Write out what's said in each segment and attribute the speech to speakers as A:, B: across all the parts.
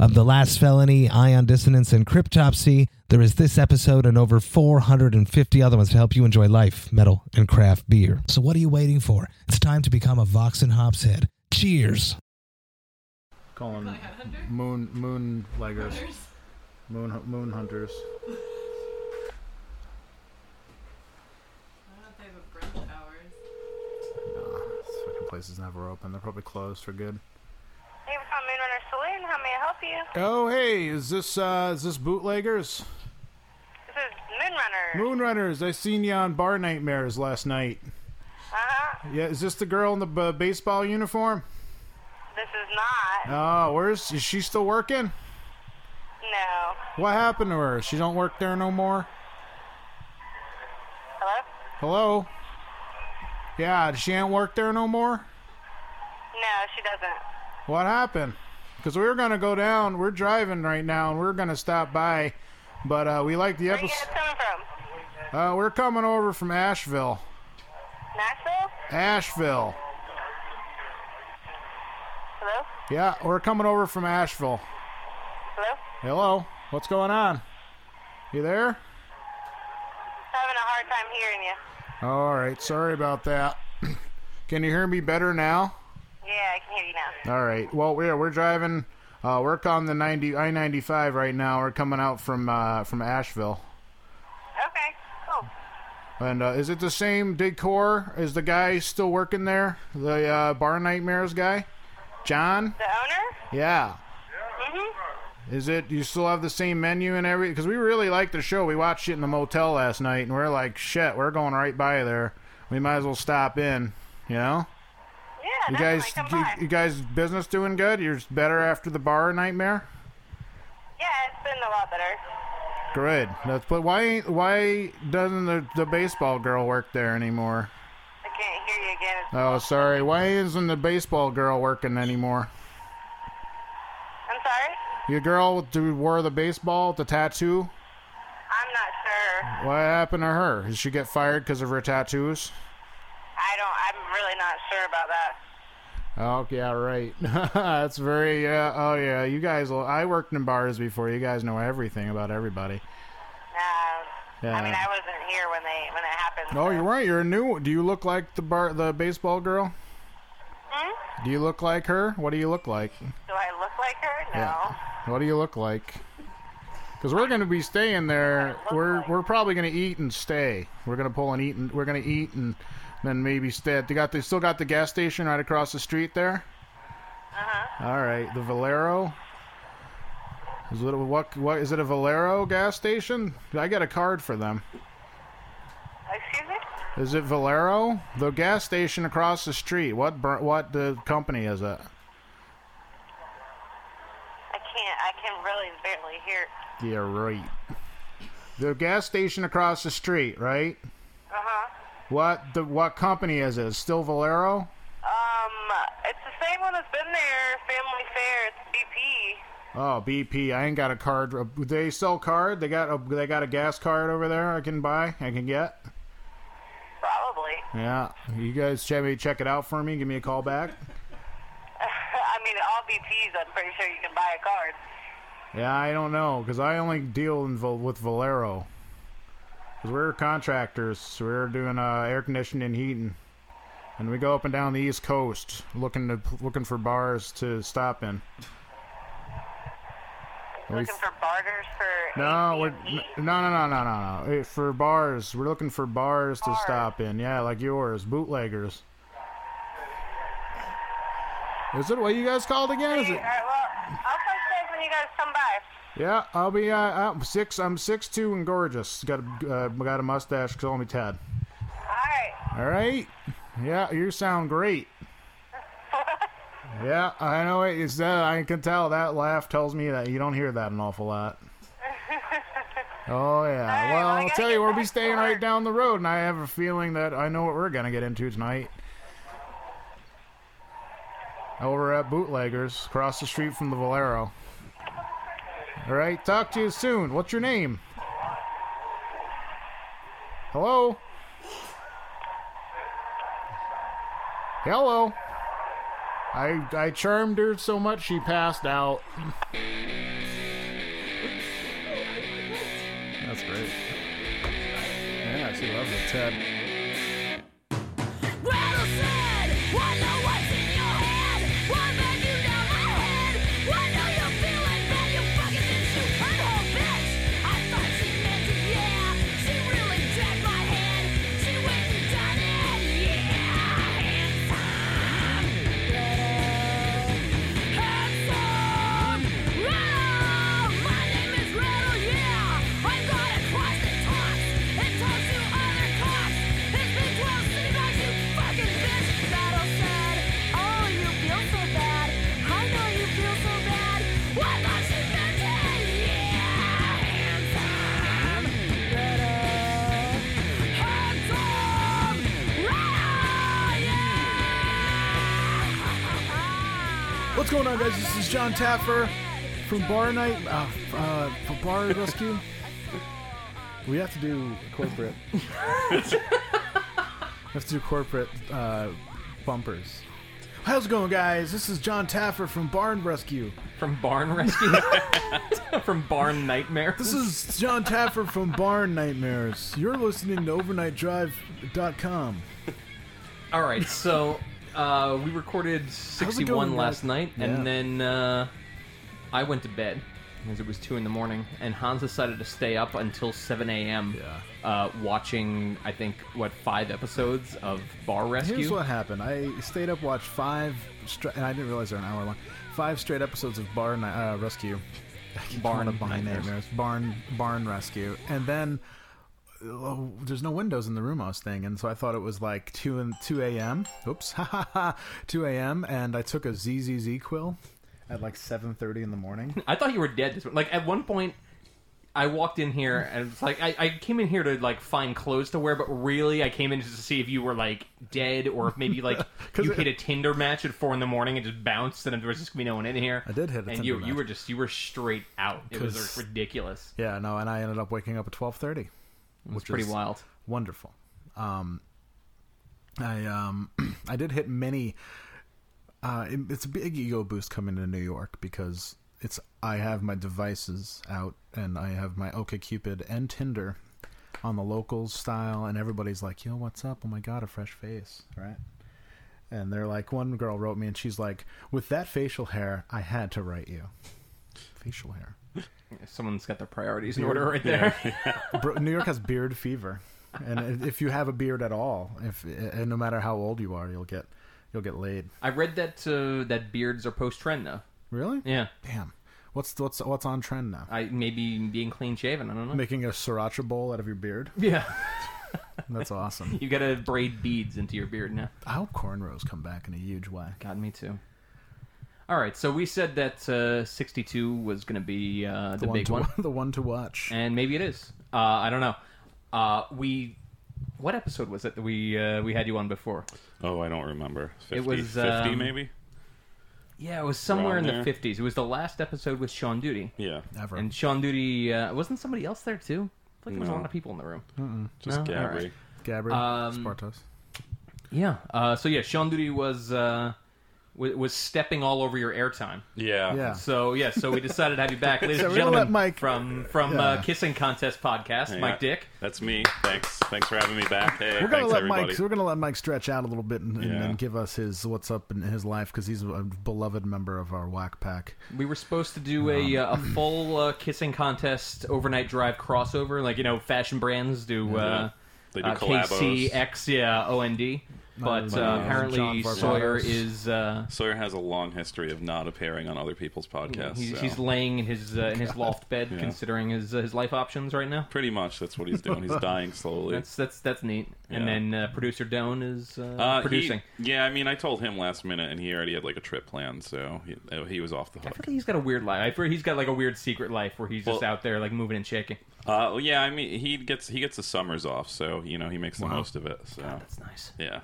A: of The Last Felony, Ion Dissonance, and Cryptopsy. There is this episode and over 450 other ones to help you enjoy life, metal, and craft beer. So what are you waiting for? It's time to become a Vox and Hops head. Cheers!
B: Calling moon moon leggers, moon hu- moon hunters.
C: I don't know if they have a brunch hours.
B: Nah, this fucking place is never open. They're probably closed for good.
D: Hey, we're from Moonrunner Saloon. How may I help you?
B: Oh hey, is this uh is this bootleggers?
D: This is Moonrunner.
B: Moonrunners, I seen you on Bar Nightmares last night.
D: uh-huh.
B: Yeah, is this the girl in the b- baseball uniform?
D: This is not.
B: Oh, where's is she still working?
D: No.
B: What happened to her? She don't work there no more.
D: Hello?
B: Hello. Yeah, she ain't work there no more.
D: No, she doesn't.
B: What happened? Because we were gonna go down. We're driving right now, and we are gonna stop by. But uh, we like the
D: Where you
B: episode.
D: guys coming from?
B: Uh, we're coming over from Asheville.
D: Nashville?
B: Asheville.
D: Hello?
B: Yeah, we're coming over from Asheville.
D: Hello?
B: Hello. What's going on? You there?
D: Having a hard time hearing you.
B: All right. Sorry about that. Can you hear me better now?
D: Yeah, I can hear you now.
B: All right. Well, we're we're driving. Uh, we're on the ninety I ninety five right now. We're coming out from uh, from Asheville. Uh.
D: Okay, cool.
B: And uh, is it the same decor? Is the guy still working there? The uh, Bar Nightmares guy, John?
D: The owner?
B: Yeah.
D: Mm-hmm.
B: Is it? You still have the same menu and everything? Because we really like the show. We watched it in the motel last night, and we're like, shit, we're going right by there. We might as well stop in. You know?
D: Yeah,
B: You
D: definitely
B: guys,
D: come
B: you,
D: by.
B: you guys, business doing good. You're better after the Bar Nightmare.
D: yeah, it's been a lot better.
B: Good. That's but why ain't why doesn't the, the baseball girl work there anymore?
D: I can't hear you again.
B: Oh, sorry. Why isn't the baseball girl working anymore?
D: I'm sorry?
B: Your girl who wore the baseball, the tattoo.
D: I'm not sure.
B: What happened to her? Did she get fired because of her tattoos?
D: I don't, I'm really not sure about that.
B: Oh yeah, right. That's very. Uh, oh yeah, you guys. I worked in bars before. You guys know everything about everybody.
D: Uh,
B: Yeah.
D: I mean, I wasn't here when they, when it happened.
B: No,
D: so-
B: Oh, you're right. You're a new. Do you look like the bar, the baseball girl?
D: Hmm?
B: Do you look like her? What do you look like?
D: Do I look like her? No.
B: What do you look like? Because we're going to be staying there. We're we're probably going to eat and stay. We're going to pull and eat and we're going to eat and then maybe stay. They got they still got the gas station right across the street there. Uh-huh. right, the Valero. Is it a, what what is it a Valero gas station? I got a card for them.
D: Excuse me?
B: Is it Valero? The gas station across the street. What br- what the company is it?
D: I can't. I can really barely hear.
B: Yeah, right. The gas station across the street, right?
D: Uh
B: Uh-huh.
D: huh.
B: What the what company is it? Still Valero?
D: Um, it's the same one that's been there. Family Fair. It's BP.
B: Oh, BP. I ain't got a card. Uh, They sell card. They got a they got a gas card over there. I can buy. I can get.
D: Probably.
B: Yeah. You guys, check me check it out for me. Give me a call back.
D: I mean, all BPs. I'm pretty sure you can buy a card.
B: Yeah, I don't know because I only deal in, Val- with Valero. Cause we're contractors. So we're doing uh, air conditioning and heating, and we go up and down the East Coast looking to looking for bars to stop in. We-
D: Looking for barters for.
B: No, we're,
D: AT&T.
B: no, no, no, no, no, no. Eh, For bars, we're looking for bars to
D: Bars.
B: stop in. Yeah, like yours, bootleggers. Is it what you guys called again? Is
D: All
B: it?
D: right. Well, I'll call you guys when you guys come by.
B: Yeah, I'll be. Uh, I'm six. I'm six two and gorgeous. Got a uh, got a mustache. Call me Ted.
D: All right.
B: All right. Yeah, you sound great.
E: Yeah, I know it. It's that I can tell that laugh tells me that you don't hear that an awful lot. Oh yeah.
D: right,
E: Well,
D: well, I
E: I'll
D: gotta
E: tell you,
D: get
E: we'll be
D: back to
E: staying right
D: work.
E: down the road, and I have a feeling that I know what we're gonna get into tonight. Over at Bootleggers, across the street from the Valero. All right, talk to you soon. What's your name? Hello. Hello. I I charmed her so much she passed out.
B: That's great. Yeah, she loves it, Ted.
F: Gretel said, "Why know what's in your head? Why burn you down my head? Why know you're feeling bad? You fucking bitch, you butthole bitch!" I thought she meant it, yeah. She really dragged my head. She went and done it, yeah. Handsome, Gretel. Handsome, Gretel. My name is Gretel, yeah. I'm gonna cross the talks and talk to other cops. It's been 12 city blocks, you fucking bitch. Gretel said, "Oh, you feel so bad. I know you feel so bad. Why not she meant it? Yeah, handsome, Gretel. Handsome, Gretel, yeah."
E: What's going on, guys? This is John Taffer from Bar Night, uh, uh, from Bar Rescue.
B: We have to do corporate. we have to do corporate uh, bumpers.
E: How's it going, guys? This is John Taffer from Barn Rescue.
G: From Barn Rescue? From Barn Nightmare?
E: This is John Taffer from Barn Nightmares. You're listening to OvernightDrive.com.
G: Alright, so uh, we recorded
E: it going,
G: 61 last
E: guys?
G: night,
E: Yeah.
G: and then uh, I went to bed because it was 2 in the morning, and Hans decided to stay up until 7 a.m. Uh, watching, I think, what, five episodes of Bar Rescue?
B: Here's what happened. I stayed up, watched five, stra- and I didn't realize they're an hour long. Five straight episodes of Barn uh, Rescue. I keep calling
G: Barn
B: it Barn
G: Nightmares.
B: Nightmares. Barn Barn Rescue, and then uh, there's no windows in the room I was staying in, so I thought it was like two and two a.m. Oops, ha ha ha, two a.m. And I took a ZZZ quill at like seven thirty in the morning.
G: I thought you were dead. This like at one point, I walked in here and it's like I, I came in here to like find clothes to wear, but really I came in just to see if you were like dead or if maybe like you hit a Tinder match at four in the morning and just bounced and there was just gonna be no one in here. I
B: did hit a
G: and
B: Tinder
G: you
B: match.
G: you were just you were straight out. It was
B: 'Cause-
G: like, ridiculous.
B: Yeah, no, and I ended up waking up at twelve thirty,
G: It was
B: which
G: pretty
B: is
G: wild.
B: wonderful. Um, I um, I did hit many. Uh, it- it's a big ego boost coming to New York because it's I have my devices out and I have my OkCupid and Tinder on the locals style, and everybody's like, "Yo, what's up? Oh my god, a fresh face, right?" And they're like, one girl wrote me, and she's like, "With that facial hair, I had to write you." Facial hair.
G: Someone's got their priorities in order right there.
B: Bro, New York has beard fever, and i- if you have a beard at all, if and no matter how old you are, you'll get you'll get laid.
G: I read that uh, that beards are post trend though.
B: Really?
G: Yeah,
B: Damn. What's what's what's on trend now?
G: I maybe being clean shaven. I don't know.
B: Making a sriracha bowl out of your beard?
G: yeah,
B: That's awesome.
G: you gotta braid beads into your beard now.
B: I hope cornrows come back in a huge way.
G: God, me too. All right, so we said that uh, 62 was going to be uh, the,
B: one
G: big
B: to,
G: one,
B: The one to watch.
G: and maybe it is. Uh, I don't know. Uh, we, what episode was it that we uh, we had you on before?
H: Oh, I don't remember. 50,
G: was,
H: 50
G: um,
H: maybe?
G: Yeah, it was somewhere in
H: Around
G: the
H: there.
G: 50s. It was the last episode with Sean Duty,
H: Yeah.
B: Ever.
G: and Sean Duty uh, wasn't somebody else there too. I feel like there was a
H: No.
G: lot of people in the room.
H: Just
G: No?
H: Gabby.
G: Alright.
B: Gabriel
G: um,
B: Spartos.
G: Yeah. Uh, so yeah, Sean Duty was uh, w- was stepping all over your airtime.
H: Yeah.
B: Yeah.
G: uh, So yeah, so we decided to have you back, ladies
B: So
G: and
B: we're gonna
G: gentlemen,
B: let Mike-
G: from from
B: Yeah.
G: uh, Kissing Contest podcast,
H: Yeah.
G: Mike Dick.
H: That's me. Thanks. Thanks for having me back. Hey,
B: We're gonna
H: thanks
B: let
H: everybody.
B: Mike. We're gonna let Mike stretch out a little bit and, and,
H: Yeah.
B: and give us his what's up in his life because he's a beloved member of our whack pack.
G: We were supposed to do a,
H: Uh-huh.
G: uh, a full uh, kissing contest overnight drive crossover, like you know, fashion brands do. Uh,
H: They do
G: uh,
H: collabos.
G: KCX, yeah, OND. But
B: Wow.
G: uh, apparently
B: John Varvatos.
G: Sawyer is uh,
H: Sawyer has a long history of not appearing on other people's podcasts.
G: he's,
H: so
G: he's laying in his uh, in his loft bed, considering his uh, his life options right now.
H: pretty much that's what he's doing. He's dying slowly.
G: That's that's that's neat. And
H: Yeah.
G: then uh, producer Doan is uh,
H: Uh, he-
G: producing.
H: yeah, I mean, I told him last minute, and he already had like a trip planned, so he, uh, he was off the
G: I
H: hook.
G: feel like he's got a weird life. I feel he's got like a weird secret life where he's just
H: Well-
G: out there like moving and shaking.
H: Uh, well, yeah, I mean, he gets he gets the summers off, so you know he makes the most of it. So
G: That's nice.
H: yeah,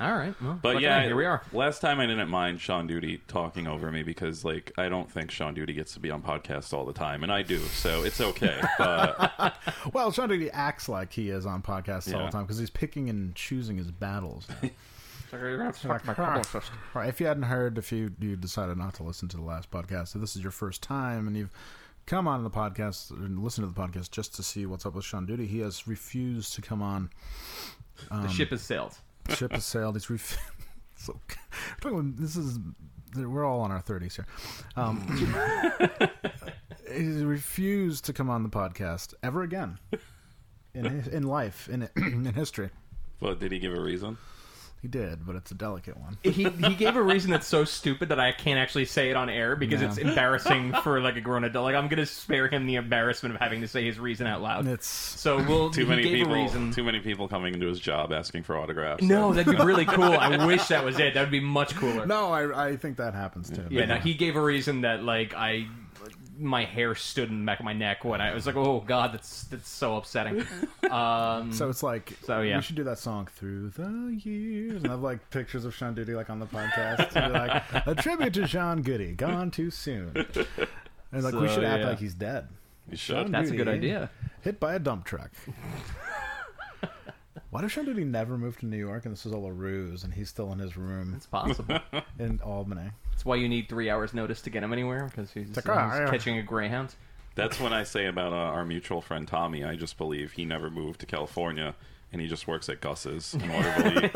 G: All right. Well,
H: but
G: fucking
H: yeah,
G: hey, here we are.
H: Last time I didn't mind Sean Duty talking over me because like I don't think Sean Duty gets to be on podcasts all the time, and I do, so it's okay. But
B: Well, Sean Duty acts like he is on podcasts all
H: Yeah.
B: the time because he's picking and choosing his battles.
G: All
B: Right, if you hadn't heard, if you you decided not to listen to the last podcast, if this is your first time and you've come on the podcast and listened to the podcast just to see what's up with Sean Duty, he has refused to come on.
G: the ship has sailed.
B: Ship has sailed. He's ref- so this is we're all on our thirties here. Um, he's refused to come on the podcast ever again in in life in in history.
H: but did he give a reason?
B: He did, but it's a delicate one.
G: he he gave a reason that's so stupid that I can't actually say it on air because
B: No.
G: it's embarrassing for like a grown adult. Like I'm gonna spare him the embarrassment of having to say his reason out loud.
B: It's
G: so we'll
H: Too
G: he
H: many
G: gave
H: people.
G: a reason.
H: Too many people coming into his job asking for autographs.
G: no, that'd be really cool. I wish that was it. That would be much cooler.
B: no, I I think that happens too.
G: yeah, no, he gave a reason that like I my hair stood in the back of my neck when I it was like, oh god, that's that's so upsetting. Um,
B: So it's like
G: So, yeah.
B: we should do that song through the years and have like pictures of Sean Duty like on the podcast and be like a tribute to Sean Goody gone too soon. And like we
G: So,
B: should act
G: yeah.
B: like he's dead.
H: you should.
G: that's a good
B: Duty.
G: idea.
B: Hit by a dump truck. Why does Sean Duty never move to New York and this is all a ruse and he's still in his room
G: It's possible.
B: in Albany?
G: That's why you need three hours notice to get him anywhere because he's, he's
B: "Ah, yeah."
G: catching a greyhound.
H: That's when I say about uh, our mutual friend Tommy. I just believe he never moved to California, and he just works at Gus's in Waterville.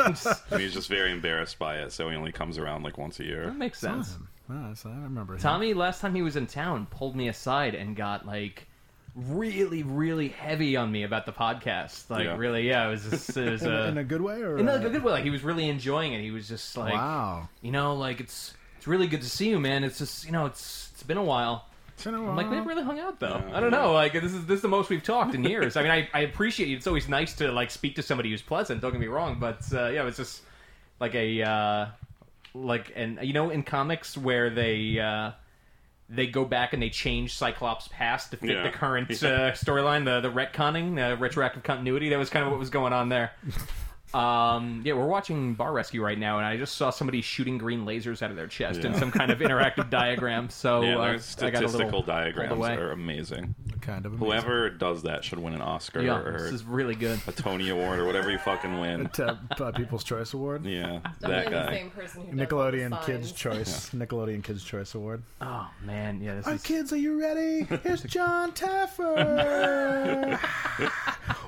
H: and he's just very embarrassed by it, so he only comes around like once a year.
G: That makes sense.
B: Ah, so I remember him.
G: Tommy, last time he was in town, pulled me aside and got like really, really heavy on me about the podcast. Like,
H: Yeah.
G: really, yeah, it was, just, it was
B: in, a, in a
G: a,
B: good way or
G: in
B: uh,
G: a good way. Like, he was really enjoying it. He was just like,
B: Wow.
G: you know, like it's it's really good to see you, man. It's just you know, it's it's been a while.
B: It's in a
G: I'm like, we
B: while.
G: haven't really hung out though. I don't know. Like, this is this is the most we've talked in years. I mean, I, I appreciate you. It's always nice to like speak to somebody who's pleasant. Don't get me wrong, but uh, yeah, it's just like a uh, like and you know in comics where they uh, they go back and they change Cyclops' past to fit
H: Yeah.
G: the current uh, storyline, the the retconning, the retroactive continuity. That was kind of what was going on there. Um, yeah, we're watching Bar Rescue right now, and I just saw somebody shooting green lasers out of their chest in
H: Yeah.
G: some kind of interactive diagram. So
H: Yeah,
G: uh, I got a
H: their
G: little
H: statistical
G: pulled
H: diagrams
G: away.
H: are amazing.
B: kind of amazing.
H: Whoever does that should win an Oscar
G: Yeah,
H: or
G: this is really good.
H: a Tony Award or whatever you fucking win.
B: To, uh, People's Choice Award.
H: Yeah,
C: Definitely
H: that
C: the
H: guy.
C: same person who does all
B: Nickelodeon
C: the
B: Kids
C: signs.
B: Choice. Nickelodeon Kids Choice Award.
G: Oh man, yeah, this
B: All
G: is
B: right, kids, are you ready? Here's John Taffer.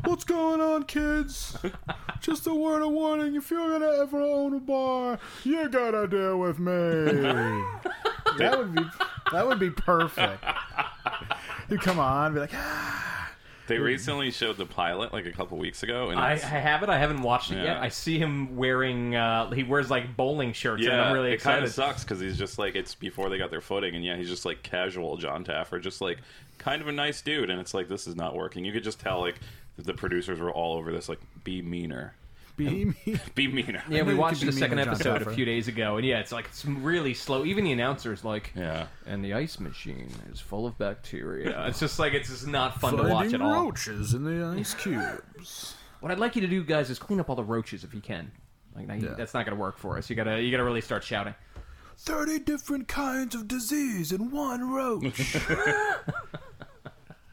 B: What's going on, kids? Just a word of warning: if you're gonna ever own a bar, you gotta deal with me. that would be that would be perfect. You come on, be like, ah,
H: They recently showed the pilot like a couple weeks ago, and
G: I, I
H: it's-
G: have it. I haven't watched it yet.
H: Yeah.
G: I see him wearing. Uh, he wears like bowling shirts, and
H: yeah,
G: I'm really
H: it
G: excited.
H: kind of sucks because he's just like it's before they got their footing, and yeah, he's just like casual John Taffer, just like kind of a nice dude, and it's like this is not working. You could just tell like the producers were all over this, like be meaner,
B: be me.
H: be meaner.
G: Yeah, we
B: you could
G: watched
B: be
G: the
B: mean
G: second
B: to John
G: episode a
B: Taffer.
G: few days ago, and yeah, it's like it's really slow. Even the announcer's like,
H: yeah.
G: and the ice machine is full of bacteria. it's just like it's just not fun to watch at all.
B: roaches in the ice cubes.
G: What I'd like you to do, guys, is clean up all the roaches if you can. Like now, you- that's not going to work for us. You gotta you gotta really start shouting.
B: Thirty different kinds of disease in one roach.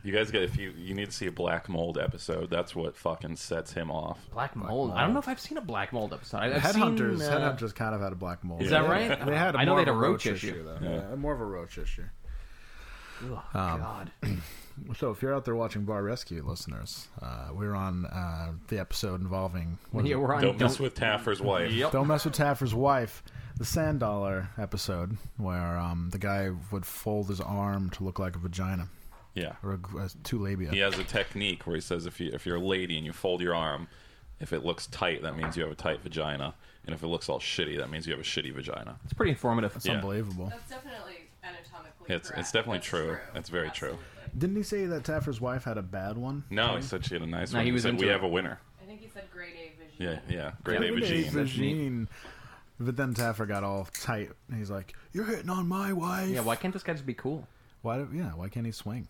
H: You guys get if you you need to see a black mold episode. That's what fucking sets him off.
G: Black mold. I don't know if I've seen a black mold episode. I- I've
B: Headhunters,
G: Seen, uh,
B: headhunters kind of had a black mold.
G: Is that right?
B: They had.
G: I know
B: more
G: they
B: of
G: had a roach issue.
B: though. Yeah. more of a roach issue.
G: Ugh, Oh,
B: Um,
G: God.
B: So if you're out there watching Bar Rescue, listeners, uh, we're on uh, the episode involving what is
G: Yeah,
B: it?
G: we're on.
H: Don't, mess
G: don't-
H: with Taffer's wife.
G: Yep.
B: Don't mess with Taffer's wife, the Sand Dollar episode, where um, the guy would fold his arm to look like a vagina
H: Yeah.
B: or a, a two labia.
H: He has a technique where he says if you if you're a lady and you fold your arm, If it looks tight, that means you have a tight vagina, and if it looks all shitty, that means you have a shitty vagina.
G: It's pretty informative.
B: It's unbelievable.
C: That's definitely anatomically
H: It's- it's
C: correct.
H: definitely
C: That's
H: true. That's very true.
C: Absolutely.
B: Didn't he say that Taffer's wife had a bad one?
H: No, he said she had a nice
G: Hmm. No,
H: one.
G: he was
H: said
G: into
H: we
G: it.
H: have a winner.
C: I think he said grade A vision.
H: Yeah, yeah. Great
G: Yeah.
H: David
B: Hey,
H: Jean.
B: Vagine. But then Taffer got all tight, and he's like, "You're hitting on my wife."
G: Yeah, why can't this guy just be cool?
B: Why? do- yeah, why can't he swing?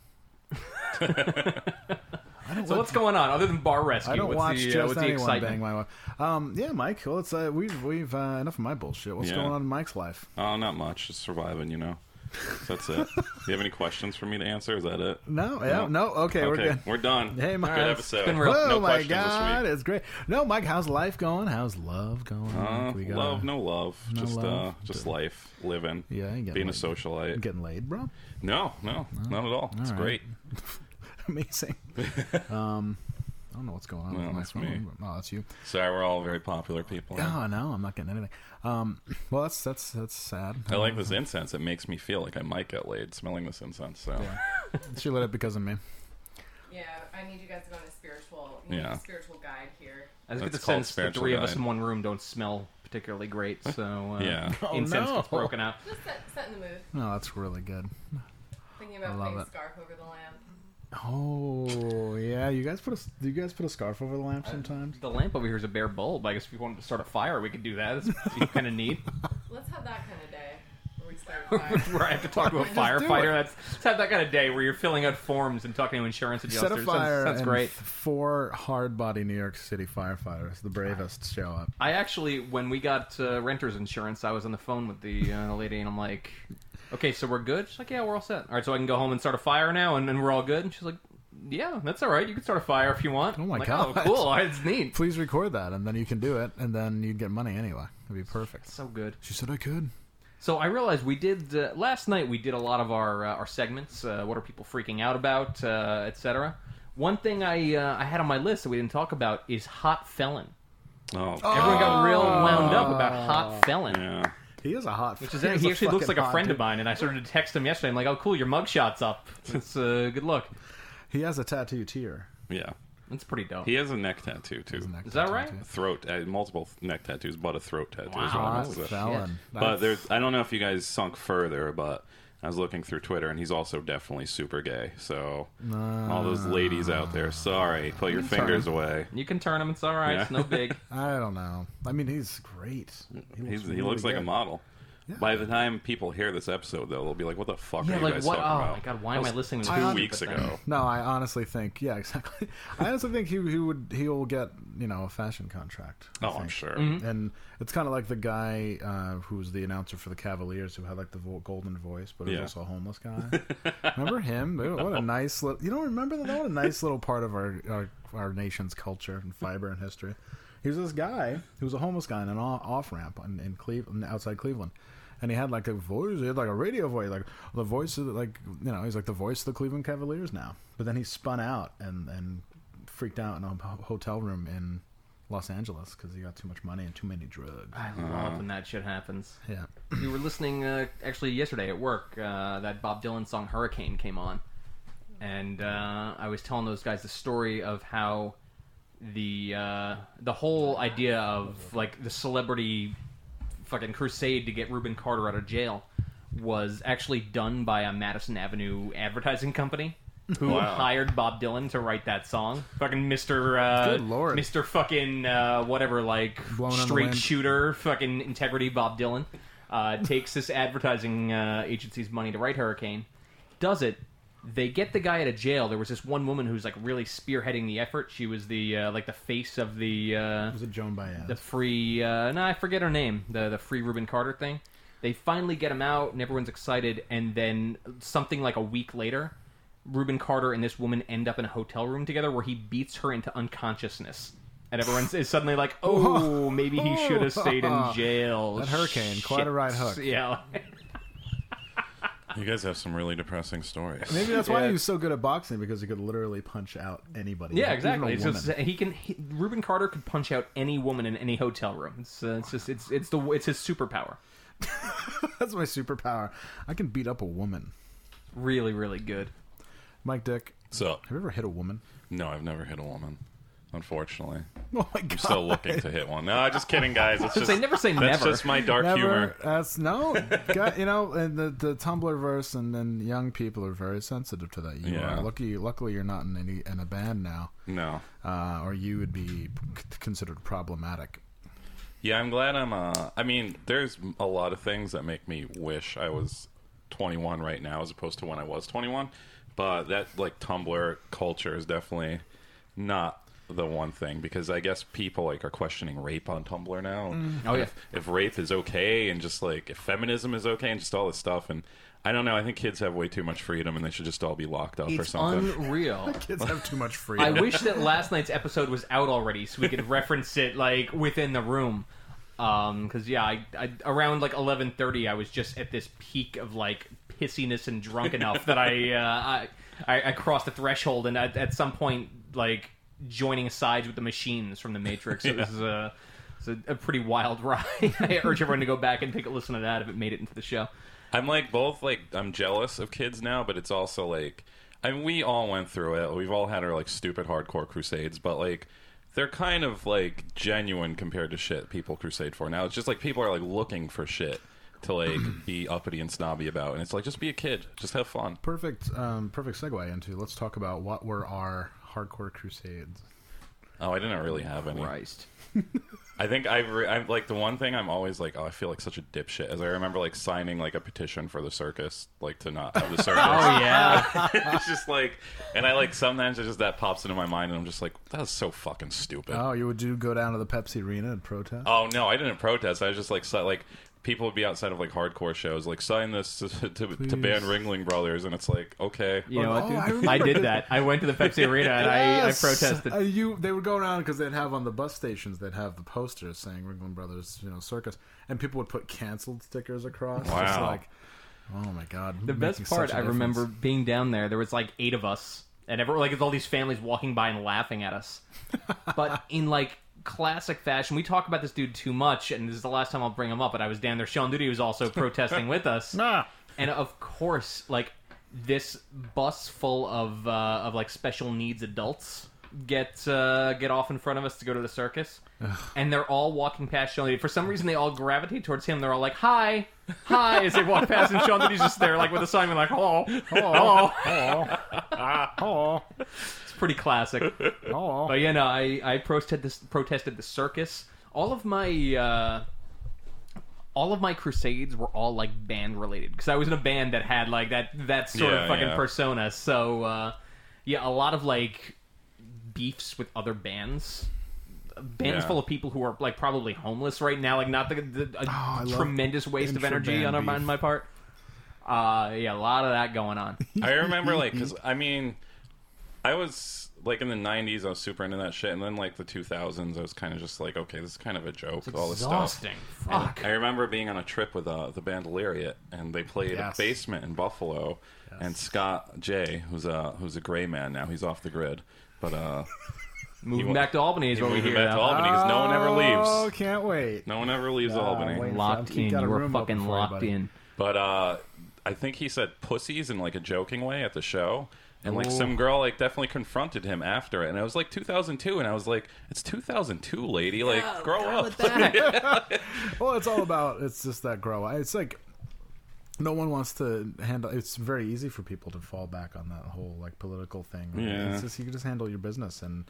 G: So what's going on other than bar rescue?
B: I don't
G: what's
B: watch
G: the, uh,
B: just
G: what's the
B: anyone
G: excitement?
B: bang my wife. Um, yeah, Mike. Well, it's uh, we've we've uh, enough of my bullshit. What's
H: Yeah.
B: going on in Mike's life?
H: Oh, not much. Just surviving, you know. So that's it. Do you have any questions for me to answer? Is that it?
B: No, yeah, no, okay, we're good.
H: We're done.
B: Hey, Mike.
H: Good episode.
G: been real.
B: Oh
H: no
B: my
H: questions
B: god,
H: this week.
B: it's great. No, Mike, how's life going? How's love going?
H: Uh,
B: Mike? we got
H: love, no love,
B: No
H: just uh,
B: love.
H: just life, living.
B: Yeah, I get
H: being a
B: it.
H: socialite.
B: getting laid, bro.
H: No, no, not at all. It's
B: right.
H: great.
B: Amazing. um, I don't know what's going on.
H: No,
B: with my
H: that's
B: phone.
H: me.
B: Oh, that's you.
H: Sorry, we're all very popular people.
B: Oh no, I'm not getting anything. Um, well, that's that's that's sad.
H: I like this incense. It makes me feel like I might get laid smelling this incense. So
B: She lit it because of me.
C: Yeah, I need you guys to go on a spiritual, you
H: Yeah.
C: need a spiritual guide here.
G: I just get the
H: That's called
G: sense the
H: spiritual
G: three of us
H: guide.
G: in one room don't smell particularly great, so uh,
H: Yeah. Oh,
G: incense
B: no.
G: gets broken out.
C: Just set, set in the mood.
B: No, that's really good.
C: Thinking about
B: love
C: putting a
B: it.
C: scarf over the lamp.
B: Oh yeah, you guys put a do you guys put a scarf over the lamp sometimes?
G: The lamp over here is a bare bulb. I guess if you wanted to start a fire, we could do that. That's kind of neat.
C: Let's have that kind of day where we start a fire.
G: Where I have to talk to a
B: do
G: firefighter.
B: it.
G: That's let's have that kind of day where you're filling out forms and talking to insurance adjusters.
B: Set a fire.
G: That's,
B: and
G: great.
B: f- Four hard body New York City firefighters, the bravest, show up.
G: I actually, when we got uh, renter's insurance, I was on the phone with the uh, lady, and I'm like, "Okay, so we're good." She's like, "Yeah, we're all set. All right, so I can go home and start a fire now, and then we're all good." And she's like, "Yeah, that's all right. You can start a fire if you want."
B: Oh my
G: I'm like,
B: God.
G: Oh, cool. It's neat.
B: Please record that, and then you can do it, and then you'd get money anyway. It'd be perfect.
G: So good.
B: She said I could.
G: So I realized we did uh, last night. We did a lot of our uh, our segments. Uh, what are people freaking out about, uh, etc. One thing I uh, I had on my list that we didn't talk about is hot felon.
H: oh,
G: Everyone got real wound up about hot felon.
H: yeah.
B: He is a hot.
G: Which is it. He actually looks like a friend of mine, and I started to text him yesterday. I'm like, "Oh, cool, your mugshot's up. It's a uh, good look.
B: He has a tattoo tear.
H: yeah.
G: It's pretty dope."
H: He has a neck tattoo too.
G: Is that right?
H: Throat, uh, multiple neck tattoos, but a throat tattoo. is
G: Wow.
H: one
B: Hot
H: of the-
B: felon.
H: But there's, I don't know if you guys sunk further, but I was looking through Twitter, and he's also definitely super gay. So all those ladies out there, sorry, put your fingers away.
G: You can turn him. It's all right. It's
H: Yeah.
G: no big.
B: I don't know. I mean, he's great. He
H: He's, he
B: really
H: looks like a
B: good.
H: model. By the time people hear this episode, though, they'll be like, "What the fuck
G: yeah,
H: are you
G: like
H: guys
G: what? Oh
H: talking
G: my
H: about?"
G: god, why am I listening to
H: Two
G: this stupid
H: weeks
G: thing?
H: ago.
B: No, I honestly think. Yeah, exactly. I honestly think he he would he will get you know a fashion contract. I
H: Oh, I'm
B: think.
H: sure.
G: Mm-hmm.
B: And it's kind of like the guy uh, who was the announcer for the Cavaliers, who had like the vo- golden voice, but
H: Yeah.
B: was also a homeless guy. remember him? What a nice little. You don't remember that? What a nice little part of our, our our nation's culture and fiber and history. He was this guy who was a homeless guy in an off ramp in, in Cleveland, outside Cleveland. And he had like a voice, he had like a radio voice, like the voice of the, like you know he's like the voice of the Cleveland Cavaliers now. But then he spun out and and freaked out in a ho- hotel room in Los Angeles because he got too much money and too many drugs.
G: I
H: Uh-huh.
G: love when that shit happens.
B: Yeah.
G: We were listening uh, actually yesterday at work. Uh, that Bob Dylan song "Hurricane" came on, and uh, I was telling those guys the story of how the uh, the whole idea of like the celebrity fucking crusade to get Reuben Carter out of jail was actually done by a Madison Avenue advertising company. Who
H: Wow.
G: hired Bob Dylan to write that song? Fucking Mister, uh,
B: Good lord.
G: Mister, fucking uh, whatever, like
B: Blown in the
G: straight
B: wind.
G: shooter, fucking integrity Bob Dylan, uh, takes this advertising uh, agency's money to write Hurricane, does it. They get the guy out of jail. There was this one woman who's like really spearheading the effort. She was the uh, like the face of the uh,
B: Was it Joan Baez?
G: the free uh, no, I forget her name. The the free Reuben Carter thing. They finally get him out, and everyone's excited. And then something like a week later, Reuben Carter and this woman end up in a hotel room together, where he beats her into unconsciousness. And everyone is suddenly like, "Oh, maybe he should have stayed in jail."
B: That hurricane, quite a right hook.
G: Yeah,
H: You guys have some really depressing stories.
B: Maybe that's why
G: Yeah.
B: he was so good at boxing because he could literally punch out anybody.
G: yeah,
B: even a
G: exactly. It's
B: woman.
G: just, he can. He, Reuben Carter could punch out any woman in any hotel room. It's, uh, it's just it's it's the it's his superpower.
B: That's my superpower. I can beat up a woman.
G: Really, really good.
B: Mike Dick,
H: so
B: have you ever hit a woman?
H: no, I've never hit a woman. Unfortunately,
B: Oh my god!
H: I'm still looking to hit one. No, just kidding, guys. It's just
G: say never say
H: that's
G: never.
H: just my dark
B: Never.
H: humor.
B: That's no. God, you know, and the the Tumblr verse and then young people are very sensitive to that. You
H: Yeah.
B: are lucky. Luckily, you're not in any in a band now,
H: No.
B: uh, or you would be c- considered problematic.
H: Yeah, I'm glad I'm. Uh, I mean, there's a lot of things that make me wish I was 21 right now, as opposed to when I was 21. But that like Tumblr culture is definitely not the one thing because I guess people like are questioning rape on Tumblr now. Oh
G: yeah.
H: if, if rape is okay and just like if feminism is okay and just all this stuff and. I don't know. I think kids have way too much freedom, and they should just all be locked up or
G: It's
H: something.
G: unreal.
B: Kids have too much
G: I
B: freedom.
G: wish that last night's episode was out already so we could reference it like within the room. Um, cause yeah, I, I around like eleven thirty, I was just at this peak of like pissiness and drunk enough that I, uh, I, I, I crossed the threshold and at, at some point like joining sides with the machines from the Matrix. So this is a, it's a, a pretty wild ride. I urge everyone to go back and take a listen to that if it made it into the show.
H: I'm like both like I'm jealous of kids now, but it's also like I mean we all went through it. We've all had our like stupid hardcore crusades, but like they're kind of like genuine compared to shit people crusade for now. It's just like people are like looking for shit to like be uppity and snobby about, and it's like just be a kid, just have fun.
B: perfect, um, perfect segue into. Let's talk about what were our hardcore crusades.
H: Oh, I didn't really have any.
G: Christ.
H: I think I've re- I'm like the one thing I'm always like, oh, I feel like such a dipshit. As I remember like signing like a petition for the circus, like to not have the circus.
G: Oh yeah.
H: it's just like, and I like sometimes it's just that pops into my mind, and I'm just like, that was so fucking stupid.
B: Oh, you would do go down to the Pepsi Arena and protest.
H: oh no, I didn't protest. I was just like, si- like people would be outside of like hardcore shows, like sign this to, to, to ban Ringling Brothers, and it's like, okay,
G: You know what,
B: Oh, I
G: dude?
B: remember
G: I, did that. I went to the Pepsi Arena and
B: Yes!
G: I, I protested.
B: Uh, you, they would go around because they'd have on the bus stations they'd have the posters saying Ringling Brothers, you know, circus, and people would put canceled stickers across. Just
H: Wow.
B: like, oh my god.
G: The best
B: making
G: part
B: such a
G: I remember
B: difference.
G: being down there. There was like eight of us, and everyone like it's all these families walking by and laughing at us. but in like classic fashion, we talk about this dude too much, and this is the last time I'll bring him up. But I was down there. Sean Duty was also protesting with us,
B: Ah,
G: and of course, like this bus full of uh, of like special needs adults get uh, get off in front of us to go to the circus, and they're all walking past Sean Duty. For some reason, they all gravitate towards him. They're all like, "Hi, hi!" as they walk past, and Sean Duty's just there, like with a sign, like, "Hello, hello."
B: oh,
G: It's pretty classic.
B: oh.
G: But yeah, no, I I protested this protested the circus. All of my uh, all of my crusades were all like band related because I was in a band that had like that that sort
H: Yeah,
G: of fucking
H: yeah.
G: persona. So uh, yeah, a lot of like beefs with other bands. Bands
H: Yeah.
G: full of people who are like probably homeless right now, like not the, the a
B: Oh, I love
G: tremendous waste of energy on,
B: intra-band
G: our- on
B: beef.
G: my part. Uh, yeah, a lot of that going on.
H: I remember like because I mean, I was like in the '90s, I was super into that shit, and then like the 2000s, I was kind of just like, okay, this is kind of a joke. with all this stuff.
G: Exhausting. Fuck.
H: I remember being on a trip with uh, the band Lariat, and they played
B: Yes.
H: a basement in Buffalo. And Scott J, who's a who's a gray man now, he's off the grid, but uh,
G: Moving
H: wa-
G: back to Albany is what we
H: moving
G: hear.
H: back to
G: now.
H: Albany because no one ever
B: Oh,
H: leaves.
B: can't wait.
H: No one ever leaves
G: Ah,
H: Albany.
B: wait.
G: locked
B: Keep
G: in.
B: got a
G: You were
B: room open
G: fucking
B: for you,
G: locked
B: buddy.
G: in.
H: But uh, I think he said pussies in like a joking way at the show. And like some girl like definitely confronted him after it, and it was like 2002, and I was like, "It's 2002, lady, like grow up."
B: Well, it's all about it's just that grow. It's like no one wants to handle. It's very easy for people to fall back on that whole like political thing.
H: Yeah.
B: It's just you can just handle your business and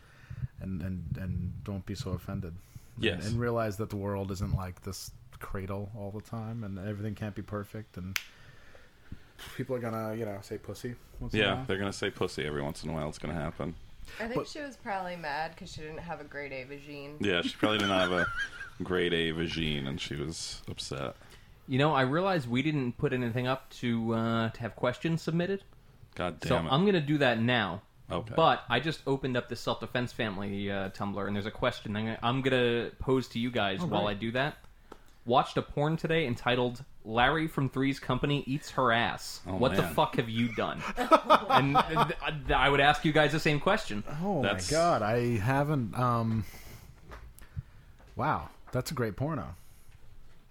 B: and and and don't be so offended.
H: Yes.
B: and, and realize that the world isn't like this cradle all the time, and everything can't be perfect. And people are gonna you know say pussy. Once in a
H: yeah,
B: while.
H: they're gonna say pussy every once in a while. It's gonna happen.
C: I think she was probably mad because she didn't have a grade A vagine.
H: Yeah, she probably didn't have a grade A vagine, and she was upset.
G: You know, I realized we didn't put anything up to uh, to have questions submitted,
H: God
G: so
H: damn it! Oh,
G: I'm going to do that now.
H: Okay.
G: But I just opened up the self defense family uh, Tumblr, and there's a question I'm gonna, I'm gonna pose to you guys while I do that. Watched a porn today entitled "Larry from Three's Company Eats Her Ass." what the
H: Oh, man.
G: fuck have you done? and th- th- I would ask you guys the same question.
B: Oh
H: That's-
B: my god, I haven't. Um, wow, that's a great porno.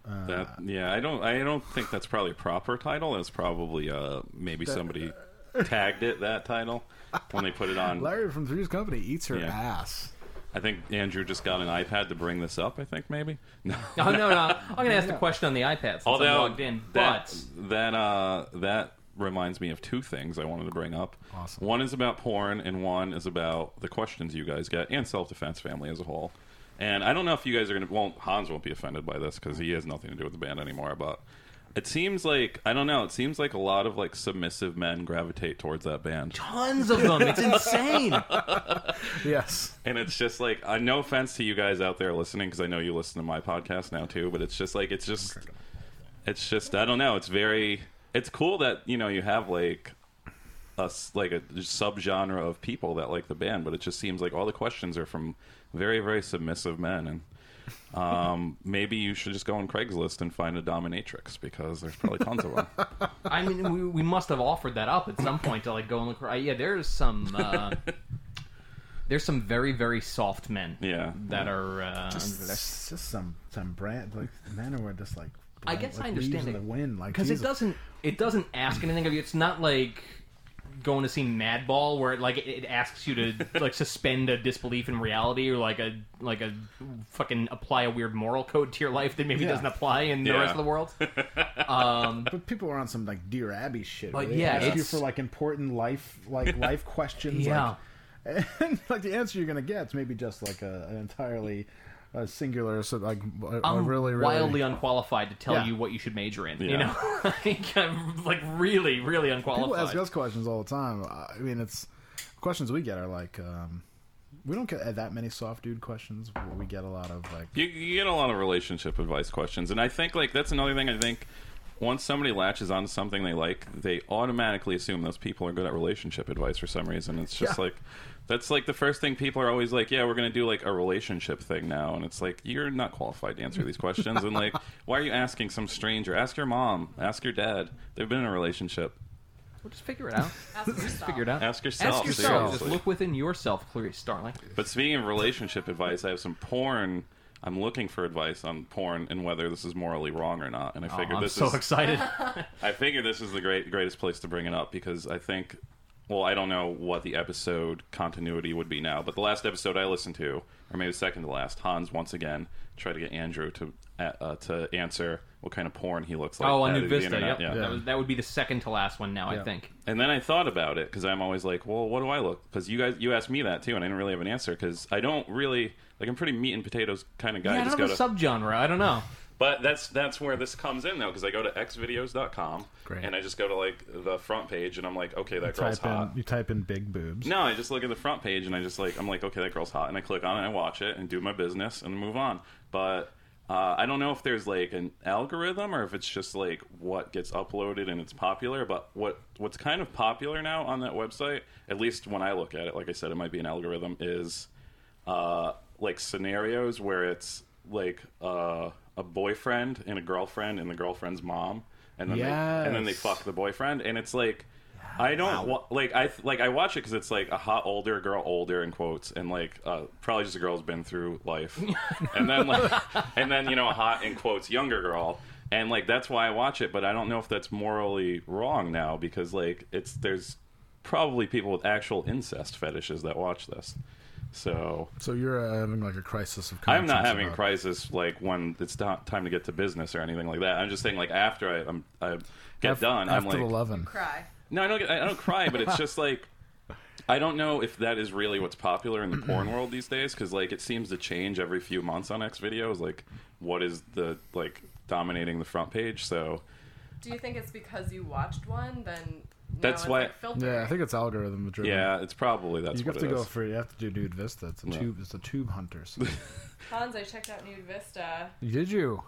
H: That- yeah, I don't. I don't think that's probably a proper title. That's probably uh, maybe somebody tagged it that title when they put it on.
B: Larry from Three's Company eats her
H: Yeah.
B: ass.
H: I think Andrew just got an iPad to bring this up. I think maybe. No.
G: No, no, no. I'm gonna ask the question on the iPad since I'm logged in.
H: that,
G: But
H: that uh, that reminds me of two things I wanted to bring up.
B: Awesome.
H: One is about porn, and one is about the questions you guys get and self defense family as a whole. And I don't know if you guys are gonna. Well, Hans won't be offended by this because he has nothing to do with the band anymore. But it seems like I don't know. It seems like a lot of like submissive men gravitate towards that band.
G: tons of them. It's insane.
B: Yes.
H: And it's just like, uh, no offense to you guys out there listening, because I know you listen to my podcast now too. But it's just like, it's just, it's just, I don't know. It's very, it's cool that you know you have like a s- like a subgenre of people that like the band, but it just seems like all the questions are from very very submissive men, and um, maybe you should just go on Craigslist and find a dominatrix because there's probably tons of them.
G: I mean, we, we must have offered that up at some point to like go and look. For, uh, yeah, there's some. Uh, there's some very very soft men.
H: Yeah.
G: That are. Uh,
B: It's just some some brand like men who are just like.
G: I
B: blind-
G: guess
B: like
G: I understand
B: leaves in
G: it
B: the wind like
G: because it
B: Jesus.
G: doesn't it doesn't ask anything of you. It's not like going to see Madball where it, like it, it asks you to like suspend a disbelief in reality or like a like a fucking apply a weird moral code to your life that maybe
B: Yeah.
G: doesn't apply in the
H: Yeah.
G: rest of the world.
B: But people are on some like Dear Abby shit.
G: But
B: where they
G: yeah,
B: ask you
G: it's-
B: for like important life like life questions.
G: Yeah.
B: Like, and like the answer you're gonna get is maybe just like a, an entirely uh, singular, so like a, a
G: I'm
B: really really
G: wildly unqualified to tell
B: Yeah.
G: you what you should major in. You
H: Yeah.
G: know, like I'm like really really
B: People ask
G: unqualified.
B: us questions all the time. I mean, it's questions we get are like um, we don't get that many soft dude questions. We get a lot of like
H: You, you get a lot of relationship advice questions, and I think like that's another thing. I think once somebody latches onto something they like, they automatically assume those people are good at relationship advice for some reason. It's just
B: Yeah.
H: like that's like the first thing people are always like, "Yeah, we're gonna do like a relationship thing now," and it's like you're not qualified to answer these questions, and like why are you asking some stranger? Ask your mom, ask your dad. They've been in a relationship.
G: We'll just figure it out.
C: Ask yourself.
G: Figure it out.
H: Ask yourself.
G: Ask yourself. Just
H: seriously.
G: look within yourself, Clarice Starling.
H: But speaking of relationship advice, I have some porn. I'm looking for advice on porn and whether this is morally wrong or not. And I
G: Oh,
H: figured
G: I'm
H: this
G: so
H: is
G: excited.
H: I figure this is the great greatest place to bring it up because I think, well, I don't know what the episode continuity would be now, but the last episode I listened to, or maybe second to last, Hans once again tried to get Andrew to uh, uh, to answer what kind of porn he looks like.
G: oh,
H: out
G: on New
H: of the
G: Vista.
H: internet.
G: Yep.
H: Yeah.
G: That, was, that would be the second to last one now, I
B: Yeah.
G: think.
H: And then I thought about it because I'm always like, well, what do I look? Because you guys, you asked me that too, and I didn't really have an answer because I don't really like. I'm pretty meat and potatoes kind of guy.
G: Yeah, I
H: just
G: don't
H: go
G: have
H: to
G: a subgenre. I don't know.
H: But that's that's where this comes in though, because I go to xvideos.com
B: Great.
H: and I just go to like the front page and I'm like, okay, that girl's
B: type in
H: hot.
B: you type in big boobs.
H: No, I just look at the front page and I just like I'm like, okay, that girl's hot, and I click on it, and I watch it, and do my business, and move on. But uh, I don't know if there's like an algorithm or if it's just like what gets uploaded and it's popular. But what what's kind of popular now on that website, at least when I look at it, like I said, it might be an algorithm, is uh, like scenarios where it's like uh, a boyfriend and a girlfriend and the girlfriend's mom, and then they, and then they
B: Yes.
H: fuck the boyfriend, and it's like I don't wa- like I th- like I watch it because it's like a hot older girl, older in quotes, and like uh, probably just a girl's been through life, and then like and then you know a hot in quotes younger girl. And like that's why I watch it, but I don't know if that's morally wrong now because like it's there's probably people with actual incest fetishes that watch this. So
B: So you're uh, having like a crisis of.
H: I'm not
B: conscience
H: having a
B: about-
H: crisis like when it's not time to get to business or anything like that. I'm just saying like after I I'm, I get
B: Af-
H: done, I'm
B: after
H: like
B: eleven.
C: Cry.
H: no, I don't get, I don't cry, but it's just like I don't know if that is really what's popular in the porn world these days because like it seems to change every few months on X videos. Like what is the like dominating the front page? So
C: Do you think it's because you watched one? Then now
H: That's
C: it's
H: why-
C: like filtered.
B: Yeah, I think it's algorithm driven.
H: yeah, it's probably
B: Mm-hmm.
H: that's
B: You
H: what
B: have to
H: it
B: go
H: is.
B: for you have to do nude Vista. It's a
H: Yeah.
B: tube. It's a tube hunters.
C: Hans, I checked out Nude Vista.
B: Did you?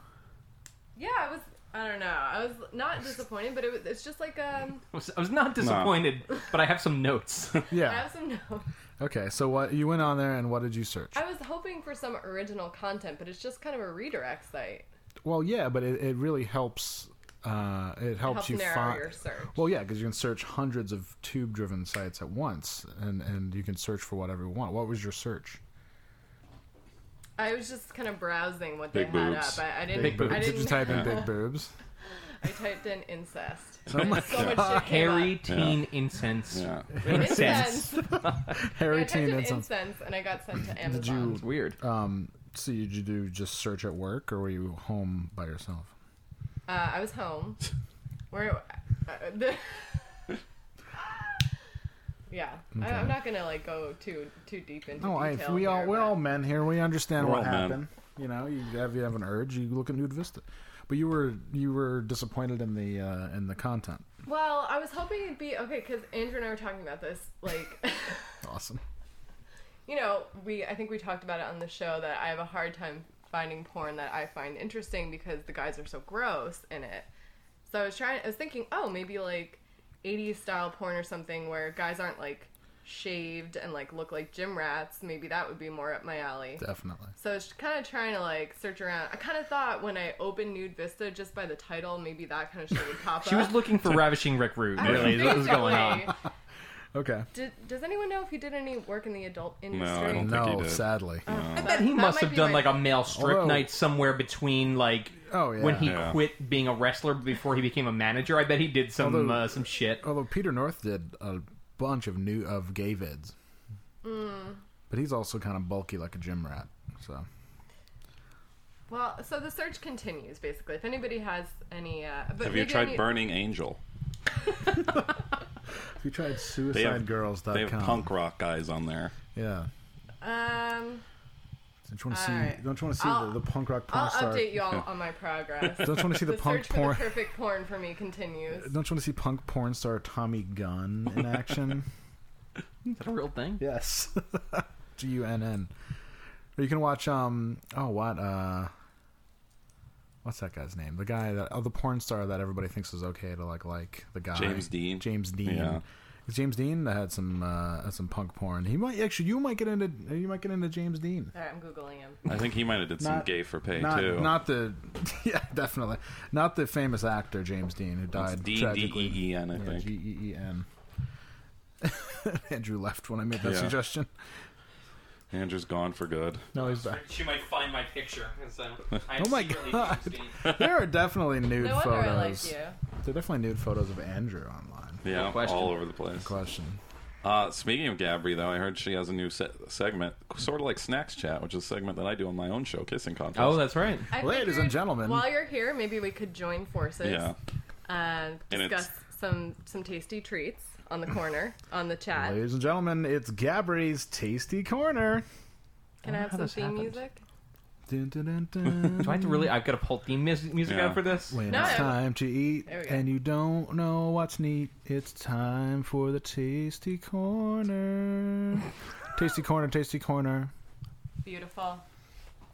C: Yeah, I was. I don't know. I was not disappointed, but it was. It's just like um.
G: I was, I was not disappointed, but I have some notes.
C: I
B: Yeah.
C: have some notes.
B: Okay. So what you went on there and what did you search?
C: I was hoping for some original content, but it's just kind of a redirect site.
B: Well, yeah, but it, it really helps. Uh, it helps,
C: helps
B: you
C: narrow
B: find.
C: your search.
B: Well, yeah, because you can search hundreds of tube-driven sites at once, and and you can search for whatever you want. What was your search?
C: I was just kind of browsing what
H: Big
C: they had
H: boobs.
C: up. I, I didn't.
G: boobs.
C: I
B: Did
C: didn't.
B: you type in big boobs?
C: I typed in incest.
H: Oh my
C: so much shit came
G: Harry
C: up.
G: teen incense.
H: Yeah.
C: Incense. I
B: Harry
C: typed in
B: Teen
C: incense.
B: incense.
C: and I got sent to Amazon.
G: It's weird.
B: Um, so you- did you do just search at work, or were you home by yourself?
C: Uh, I was home. Where? Uh, the, yeah, I, I'm not gonna like go too too deep into.
B: No, I,
C: detail
B: we all
C: here,
B: we're
C: but-
B: all men here. We understand
H: We're
B: what
H: all men.
B: happened. You know, you have you have an urge, you look at Nude Vista, but you were you were disappointed in the uh, in the content.
C: Well, I was hoping it'd be okay because Andrew and I were talking about this. Like,
B: Awesome.
C: you know, we I think we talked about it on the show that I have a hard time finding porn that I find interesting because the guys are so gross in it. So I was trying. I was thinking, oh, maybe like '80s style porn or something where guys aren't like shaved and like look like gym rats. Maybe that would be more up my alley.
B: Definitely.
C: So I was kind of trying to like search around. I kind of thought when I opened Nude Vista, just by the title, maybe that kind of shit would pop up.
G: She was looking for ravishing Rick Rude.
C: I
G: Really, is
C: think
G: what was
C: that
G: going on?
C: way.
B: Okay.
C: Did, does anyone know if he did any work in the adult industry?
H: I don't think he
B: No,
H: did.
B: sadly.
G: I bet he
C: That
G: must
C: might
G: have
C: be
G: done
C: my-
G: like a male strip
B: Although-
G: night somewhere between like
B: Oh, yeah.
G: when he
H: Yeah.
G: quit being a wrestler before he became a manager. I bet he did some
B: Although-
G: uh, some shit.
B: Although Peter North did a bunch of new of gay vids,
C: Mm.
B: but he's also kind of bulky like a gym rat. So
C: Well, so the search continues basically. If anybody has any, uh, but
H: Have you
C: maybe
H: tried
C: any-
H: Burning Angel?
B: if you tried
H: They have
B: suicidegirls.com,
H: They have punk rock guys on there.
B: Yeah.
C: Um,
B: Don't you want to see?
C: Alright.
B: Don't you want to see
C: I'll-
B: the, the punk rock porn
C: I'll
B: star?
C: update you all on my progress.
B: Don't you want to see the,
C: the
B: punk
C: search for
B: porn?
C: the perfect porn for me continues.
B: Don't you want to see punk porn star Tommy Gunn in action?
G: Is that a real thing?
B: yes. G U N N. Or you can watch um oh what uh what's that guy's name? The guy that oh the porn star that everybody thinks is okay to like like the guy
H: James Dean.
B: James Dean.
H: Yeah.
B: It's James Dean that had some uh had some punk porn. He might actually you might get into you might get into James Dean.
C: All right, I'm googling him.
H: I think he might have did some
B: Not-
H: gay for pay
B: Not,
H: too.
B: not the yeah definitely not the famous actor James Dean who died
H: D D
B: tragically.
H: E E N, I
B: Yeah, G
H: think.
B: E E N. Andrew left when I made that
H: Yeah.
B: suggestion.
H: Andrew's gone for good.
B: No, he's back.
G: She might find my picture.
B: Oh my God. There are definitely nude
C: No wonder
B: photos.
C: I like you.
B: There are definitely nude photos of Andrew online.
H: Yeah,
G: question.
H: all over the place.
B: Question.
H: Uh, speaking of Gabri, though, I heard she has a new se- segment, sort of like Snacks Chat, which is a segment that I do on my own show, Kissing Contest.
G: Oh, that's right.
C: I
B: Ladies
C: figured
B: and gentlemen.
C: while you're here, maybe we could join forces
H: yeah.
C: and
H: And it's-
C: discuss some some tasty treats on the corner on the chat.
B: Ladies and gentlemen, it's Gabri's Tasty Corner.
C: Can I have
G: how
C: some
G: this
C: theme
G: happened.
C: music?
B: Dun, dun, dun, dun.
G: Do I have to really? I've got to pull theme mus- music
H: Yeah.
G: out for this.
B: When
C: No.
B: it's time to eat
C: There we go.
B: and you don't know what's neat, it's time for the Tasty Corner. tasty Corner, Tasty Corner.
C: Beautiful.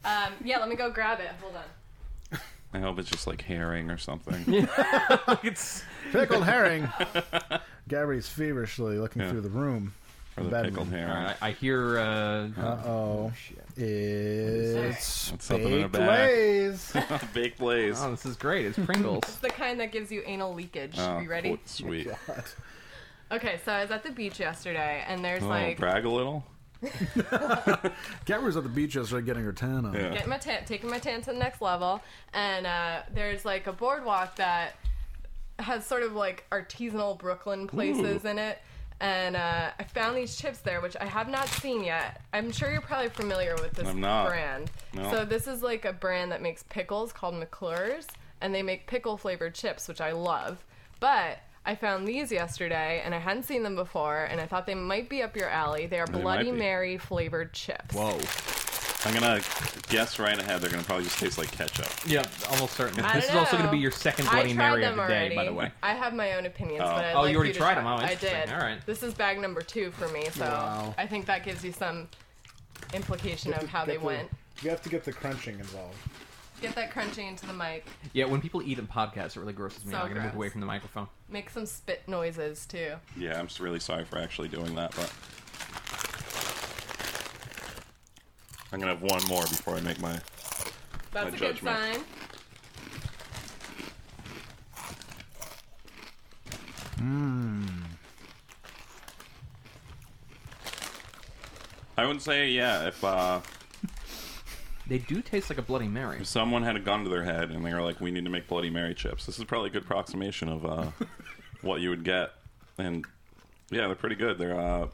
C: Um, yeah, let me go grab it. Hold on.
H: I hope it's just like herring or something.
G: it's
B: Pickled herring. Gabri's feverishly looking
H: Yeah.
B: through the room.
H: or the
B: Bad
H: pickled
B: move.
H: herring.
G: I, I hear. Uh,
B: Uh oh. It's
H: That's something in a
B: baked
H: bag.
B: lays.
H: Big Blaze.
G: oh, this is great. It's Pringles.
C: It's the kind that gives you anal leakage.
H: Oh,
C: you ready?
H: cool. Sweet.
C: Okay, so I was at the beach yesterday, and there's
H: Oh,
C: like
H: brag a little.
B: Gabri's at the beach yesterday getting her tan on.
H: Yeah.
C: getting my tan, taking my tan to the next level, and uh, there's like a boardwalk that has sort of like artisanal Brooklyn places in it. And uh, I found these chips there, which I have not seen yet. I'm sure you're probably familiar with this
H: I'm not.
C: brand.
H: No.
C: So this is like a brand that makes pickles called McClure's, and they make pickle flavored chips, which I love. But I found these yesterday, and I hadn't seen them before, and I thought they might be up your alley. They are
H: might
C: Bloody
H: be.
C: Mary flavored chips.
H: Whoa. I'm gonna guess right ahead. They're gonna probably just taste like ketchup.
G: Yeah, almost certainly.
C: I
G: This is
C: don't
G: also going to
C: know.
G: be your second
C: I
G: Bloody
C: tried
G: Mary of
C: them
G: the
C: already.
G: day, by the way.
C: I have my own opinions, but I'd
G: Oh, you
C: like
G: already
C: to
G: tried
C: try.
G: them. Oh,
C: I
G: interesting.
C: did.
G: All right.
C: This is bag number two for me, so
B: Wow.
C: I think that gives you some implication of how they went.
B: You have to get the crunching involved.
C: Get that crunching into the mic.
G: Yeah, when people eat in podcasts, it really grosses me
C: So
G: out. I'm going to move
C: gross.
G: away from the microphone.
C: Make some spit noises too.
H: Yeah, I'm s- really sorry for actually doing that, but I'm gonna have one more before I make my.
C: That's
H: My
C: a
H: judgment.
C: good sign.
H: I would say yeah. If uh,
G: They do taste like a Bloody Mary.
H: If someone had a gun to their head and they were like, "We need to make Bloody Mary chips," this is probably a good approximation of uh, what you would get. And yeah, they're pretty good. They're. Uh,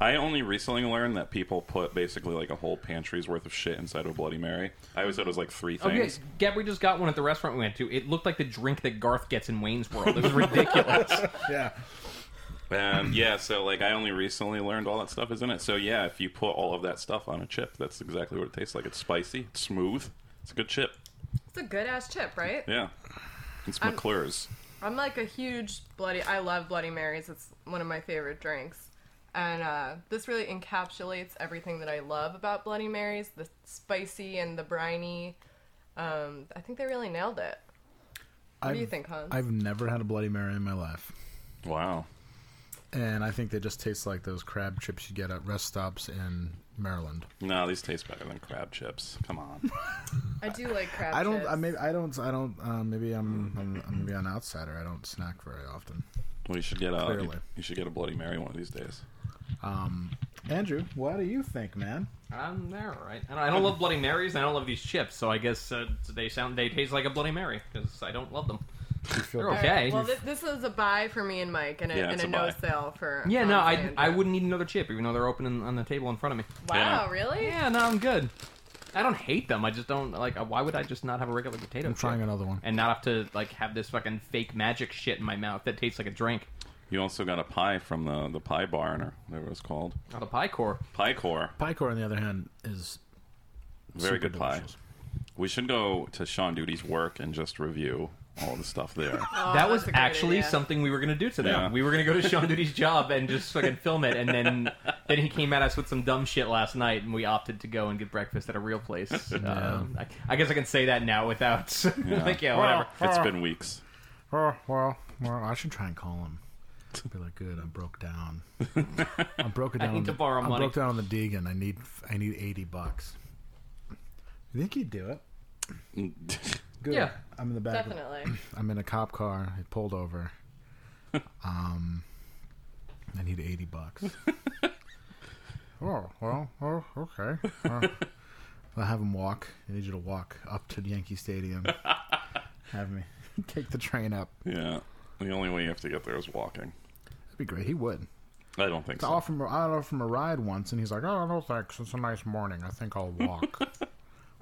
H: I only recently learned that people put basically like a whole pantry's worth of shit inside of a Bloody Mary. I always thought it was like three
G: Oh, yeah,
H: things.
G: Gabby we just got one at the restaurant we went to. It looked like the drink that Garth gets in Wayne's World. It was ridiculous.
E: Yeah.
H: And yeah, so like I only recently learned all that stuff is in it. So yeah, if you put all of that stuff on a chip, that's exactly what it tastes like. It's spicy, it's smooth, it's a good chip.
C: It's a good ass chip, right?
H: Yeah, it's McClure's.
C: I'm like a huge bloody. I love Bloody Marys. It's one of my favorite drinks, and uh, this really encapsulates everything that I love about Bloody Marys: the spicy and the briny. Um, I think they really nailed it. What do you
B: I've-
C: think, Hans?
B: I've never had a Bloody Mary in my life,
H: Wow.
B: and I think they just taste like those crab chips you get at rest stops in Maryland.
H: No, these taste better than crab chips. Come on.
C: I do like crab.
B: I don't.
C: chips.
B: I maybe I don't. I don't. Uh, maybe I'm, I'm. I'm maybe an outsider. I don't snack very often.
H: We should get a you,
B: Clearly.
H: you should get a Bloody Mary one of these days.
B: Um, Andrew, what do you think, man?
G: I'm there, right? And I don't love Bloody Marys. and I don't love these chips. So I guess uh, they sound they taste like a Bloody Mary because I don't love them. They're
C: All right,
G: okay.
C: Well, this, this is a buy for me and Mike, and a,
H: Yeah,
C: and
H: it's
C: a,
H: a
C: no
H: buy.
C: sale for.
G: yeah, no,
C: Hans
G: I
C: and
G: I
C: Andrew.
G: wouldn't eat another chip, even though they're open in, on the table in front of me.
C: Wow,
H: Yeah.
C: really?
G: Yeah, no, I'm good. I don't hate them. I just don't like. uh, Why would I just not have a regular potato?
B: I'm trying
G: chip?
B: another one.
G: and not have to like have this fucking fake magic shit in my mouth that tastes like a drink
H: You also got a pie from the the pie barn or whatever it's called.
G: out of pie core.
H: Pie core,
B: Picor, on the other hand, is
H: very
B: super
H: good pie.
B: delicious.
H: We should go to Sean Duty's work and just review all the stuff there.
G: that
C: Oh, that's
G: was
C: a great
G: actually
C: idea.
G: something we were gonna do today.
H: Yeah.
G: We were gonna go to Sean Duty's job and just fucking film it, and then then he came at us with some dumb shit last night, and we opted to go and get breakfast at a real place. Um, I, I guess I can say that now without like yeah whatever.
H: it's been weeks.
B: Oh, well, well, I should try and call him. Be like, good. I broke down. I'm broken down.
G: need
B: on
G: to
B: the-
G: borrow
B: I
G: money."
B: broke down on the Deegan. I need. I need eighty bucks. You think he'd do it? Good.
G: Yeah.
B: I'm in the back. of-
C: Definitely.
B: I'm in a cop car. I pulled over. um, I need eighty bucks. oh well, oh okay. Uh, I'll have him walk. I need you to walk up to the Yankee Stadium. have me take the train up.
H: Yeah, the only way you have to get there is walking.
B: That'd be great. He would.
H: I don't think
B: I
H: so.
B: offered him, I offered him a ride once, and he's like, "Oh no, thanks. It's a nice morning. I think I'll walk."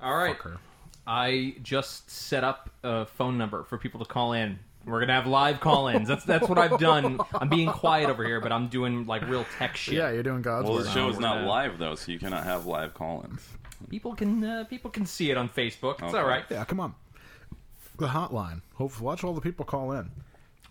G: All right,
B: Fucker.
G: I just set up a phone number for people to call in. We're gonna have live call-ins. That's that's what I've done. I'm being quiet over here, but I'm doing like real tech shit.
B: Yeah, you're doing God's
H: Well,
B: work.
H: the show is
G: we're
H: not
G: gonna-
H: live though, so you cannot have live call-ins.
G: People can uh, people can see it on Facebook. It's
H: Okay.
G: all right.
B: Yeah, come on. The hotline. Hopefully, watch all the people call in.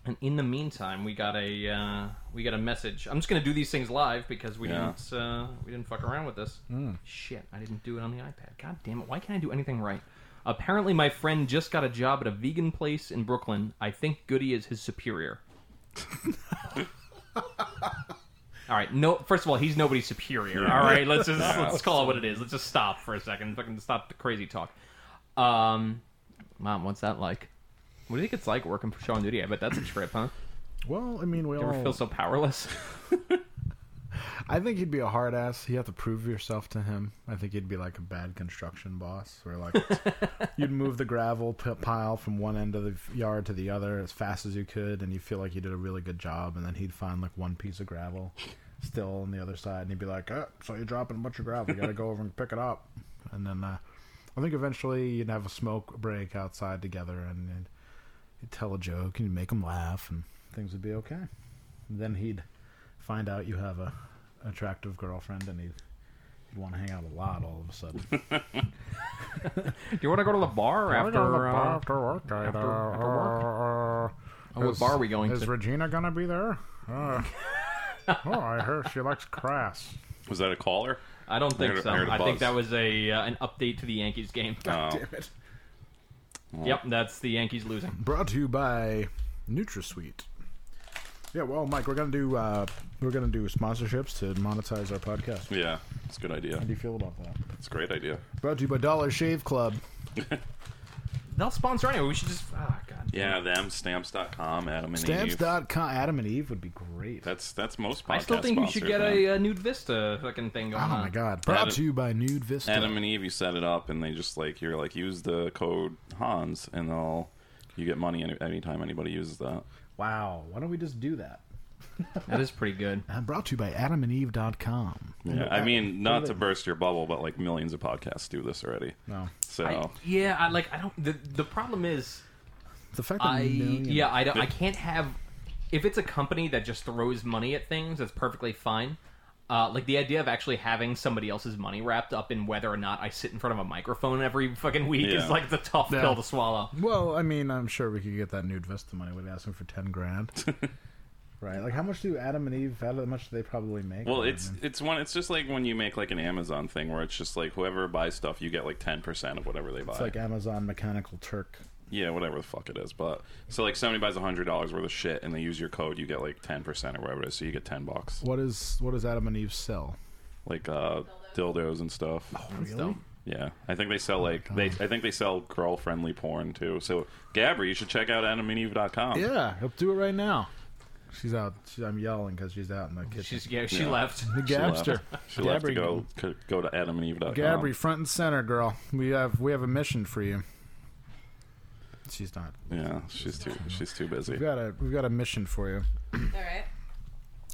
G: And in the meantime, we got a uh, we got a message. I'm just gonna do these things live because we
H: Yeah.
G: didn't uh, we didn't fuck around with this. Shit, I didn't do it on the iPad. God damn it! Why can't I do anything right? Apparently, my friend just got a job at a vegan place in Brooklyn. I think Goody is his superior. all right. No, first of all, he's nobody's superior. All right, let's just let's call it what it is. Let's just stop for a second. Fucking stop the crazy talk. Um, mom, what's that like? What do you think it's like working for Sean Duty? I bet that's a trip, huh?
B: Well, I mean, we
G: You ever
B: all.
G: feel so powerless?
B: I think he'd be a hard ass. You have to prove yourself to him. I think he'd be like a bad construction boss, where like you'd move the gravel p- pile from one end of the yard to the other as fast as you could, and you feel like you did a really good job. And then he'd find like one piece of gravel still on the other side, and he'd be like, oh, "So you're dropping a bunch of gravel. You got to go over and pick it up." And then uh, I think eventually you'd have a smoke break outside together, and you'd, you'd tell a joke, and you'd make him laugh, and things would be okay. And then he'd find out you have a attractive girlfriend, and he'd, he'd want to hang out a lot all of a sudden.
G: Do you want to go to the bar
B: We're
G: after?
B: going to the bar
G: Uh,
B: after work. I,
G: after-
B: uh,
G: after work?
B: uh,
G: Oh, what
B: is-
G: bar are we going
B: is
G: to?
B: Regina gonna be there? Uh, oh, I hear she likes crass.
H: Was that a caller?
G: I don't think
H: I heard-
G: so.
H: I heard a
G: I, think
H: buzz.
G: that was a uh, an update to the Yankees game.
H: Oh.
B: it!
G: Yep, that's the Yankees losing.
B: Brought to you by NutraSweet. Yeah, well, Mike, we're gonna do uh, we're gonna do sponsorships to monetize our podcast. How
H: Yeah, it's a good idea.
B: do you feel about that?
H: It's a great idea.
B: Brought to you by Dollar Shave Club.
G: They'll sponsor anyway. We should just. Ah, god.
H: Yeah, them stamps.com, Adam and Eve.
B: Stamps.com. Adam and Eve would be great.
H: That's that's most. Podcast
G: I still think you should
H: sponsors,
G: get
H: man.
G: a, uh nude Vista fucking thing going
B: oh
G: on.
B: my god. Brought
H: Adam-
B: to you by Nude Vista.
H: Adam and Eve. You set it up, and they just like you're like use the code Hans, and they'll you get money any, anytime anybody uses that.
B: wow. Why don't we just do that?
G: That is pretty good.
B: And brought to you by adamandeve.com.
H: Yeah, I mean, not to burst your bubble, but like millions of podcasts do this already.
B: No.
H: So
G: I, yeah, I like. I don't. The, the problem is,
B: The fact that
G: I
B: million-
G: yeah, I don't. I can't have. If it's a company that just throws money at things, that's perfectly fine. Uh, like the idea of actually having somebody else's money wrapped up in whether or not I sit in front of a microphone every fucking week
H: Yeah.
G: is like the tough
B: Yeah.
G: pill to swallow.
B: Well, I mean, I'm sure we could get that nude Vista money. We'd ask him for ten grand, right? Like, how much do Adam and Eve? How much do they probably make?
H: Well,
B: I
H: it's
B: mean,
H: it's one. It's just like when you make like an Amazon thing where it's just like whoever buys stuff, you get like ten percent of whatever they buy.
B: it's like Amazon Mechanical Turk.
H: yeah, whatever the fuck it is. But so like somebody buys hundred dollars worth of shit and they use your code, you get like ten percent or whatever it is. So you get ten bucks,
B: What is what does Adam and Eve sell?
H: like uh, dildos and stuff.
B: Oh, Really?
H: Yeah, I think they sell like they. I think they sell girl friendly porn too. So Gabri, you should check out AdamandEve.com.
B: Yeah, he'll do it right now. She's out. She, I'm yelling because she's out in the kitchen.
G: She's yeah, she left.
B: the
H: She left.
B: Gabster.
H: She left to
B: Gabri-
H: go c- go to AdamandEve.com.
B: Gabri, front and center, girl. We have we have a mission for you. She's not.
H: Yeah, she's too she's too busy.
B: We've got a we've got a mission for you.
C: All right.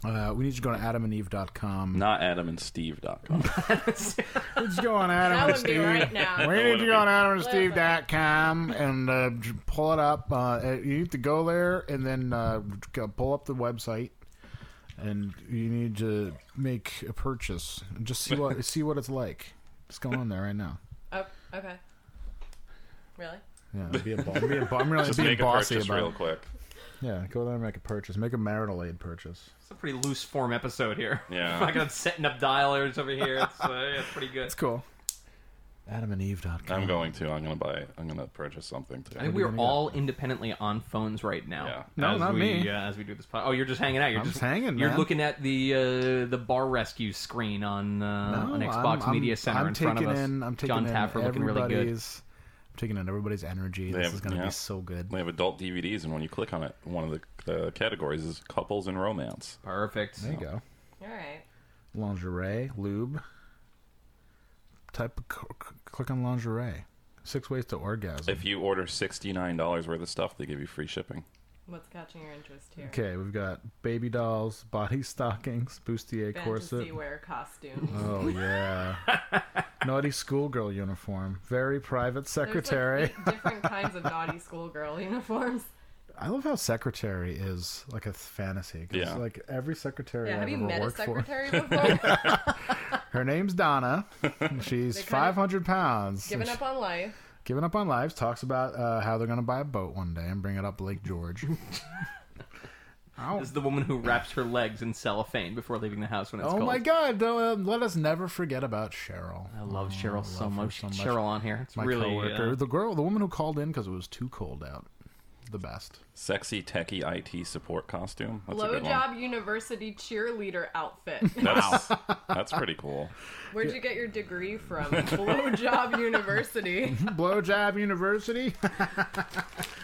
B: Uh, we need you to go to adamandeve.com.
H: Not AdamandSteve.com.
B: Let's go on
C: That
B: Adam and
C: would be
B: Steve.
C: right now.
B: We need to go on
C: Listen.
B: adamandsteve.com and uh, j- pull it up. Uh, you need to go there and then uh, go pull up the website, and you need to make a purchase. And Just see what see what it's like. Just go on there right now.
C: Oh, okay. Really?
B: Yeah, be a bo- be a bo- I'm really
H: Just
B: being
H: make a
B: bossy
H: purchase
B: about
H: real
B: it.
H: quick.
B: Yeah, go there and make a purchase. Make a marital aid purchase.
G: It's a pretty loose form episode here.
H: Yeah.
G: Fucking setting up dialers over here. It's, uh, yeah, it's pretty good.
B: It's cool. Adamandeve.com.
H: I'm going to. I'm going to buy. I'm going to purchase something
G: I
H: too.
G: think we are all independently on phones right now.
H: Yeah.
B: No,
G: as
B: not
G: we,
B: me.
G: Uh, as we do this pod- Oh, you're just hanging out. You're
B: I'm
G: just
B: just hanging,
G: You're
B: man.
G: looking at the uh, the bar rescue screen on uh, on Xbox Media Center
B: I'm
G: in front of
B: taking
G: us.
B: In, I'm taking
G: John
B: in
G: Taffer looking really good.
B: everybody's- I'm taking in everybody's energy.
H: They
B: this
H: have-
B: is going to
H: yeah.
B: be so good.
H: They have adult DVDs, and when you click on it, one of the, the categories is couples and romance.
G: Perfect.
B: There you go.
C: All right.
B: Lingerie, lube. Type of, c- c- click on lingerie. Six ways to orgasm.
H: If you order sixty nine dollars worth of stuff, they give you free shipping.
C: What's catching your interest here?
B: Okay, we've got baby dolls, body stockings, bustier corset.
C: Fantasy wear costumes.
B: Oh yeah, naughty schoolgirl uniform, very private
C: There's, like,
B: secretary.
C: eight different kinds of naughty schoolgirl uniforms.
B: I love how secretary is like a fantasy. 'cause,
H: Yeah.
B: like every secretary
C: Yeah,
B: I've
C: have you
B: ever
C: met a
B: worked for.
C: secretary before?
B: Her name's Donna. She's
C: They're kinda
B: 500 pounds.
C: Giving up on life.
B: Giving up on lives. Talks about uh, how they're going to buy a boat one day and bring it up Lake George.
G: This is the woman who wraps her legs in cellophane before leaving the house when it's
B: oh
G: cold.
B: my God. though, um, let us never forget about Cheryl.
G: I love Cheryl so,
B: love her
G: much.
B: so much.
G: Cheryl on here. It's
B: My
G: really
B: coworker.
G: uh,
B: The girl, the woman who called in because it was too cold out. The best.
H: Sexy techie IT support costume. That's a
C: Low
H: good
C: job university cheerleader outfit.
H: One. That's, that's pretty cool.
C: Where'd you get your degree from? Blowjob University.
B: Blowjob University.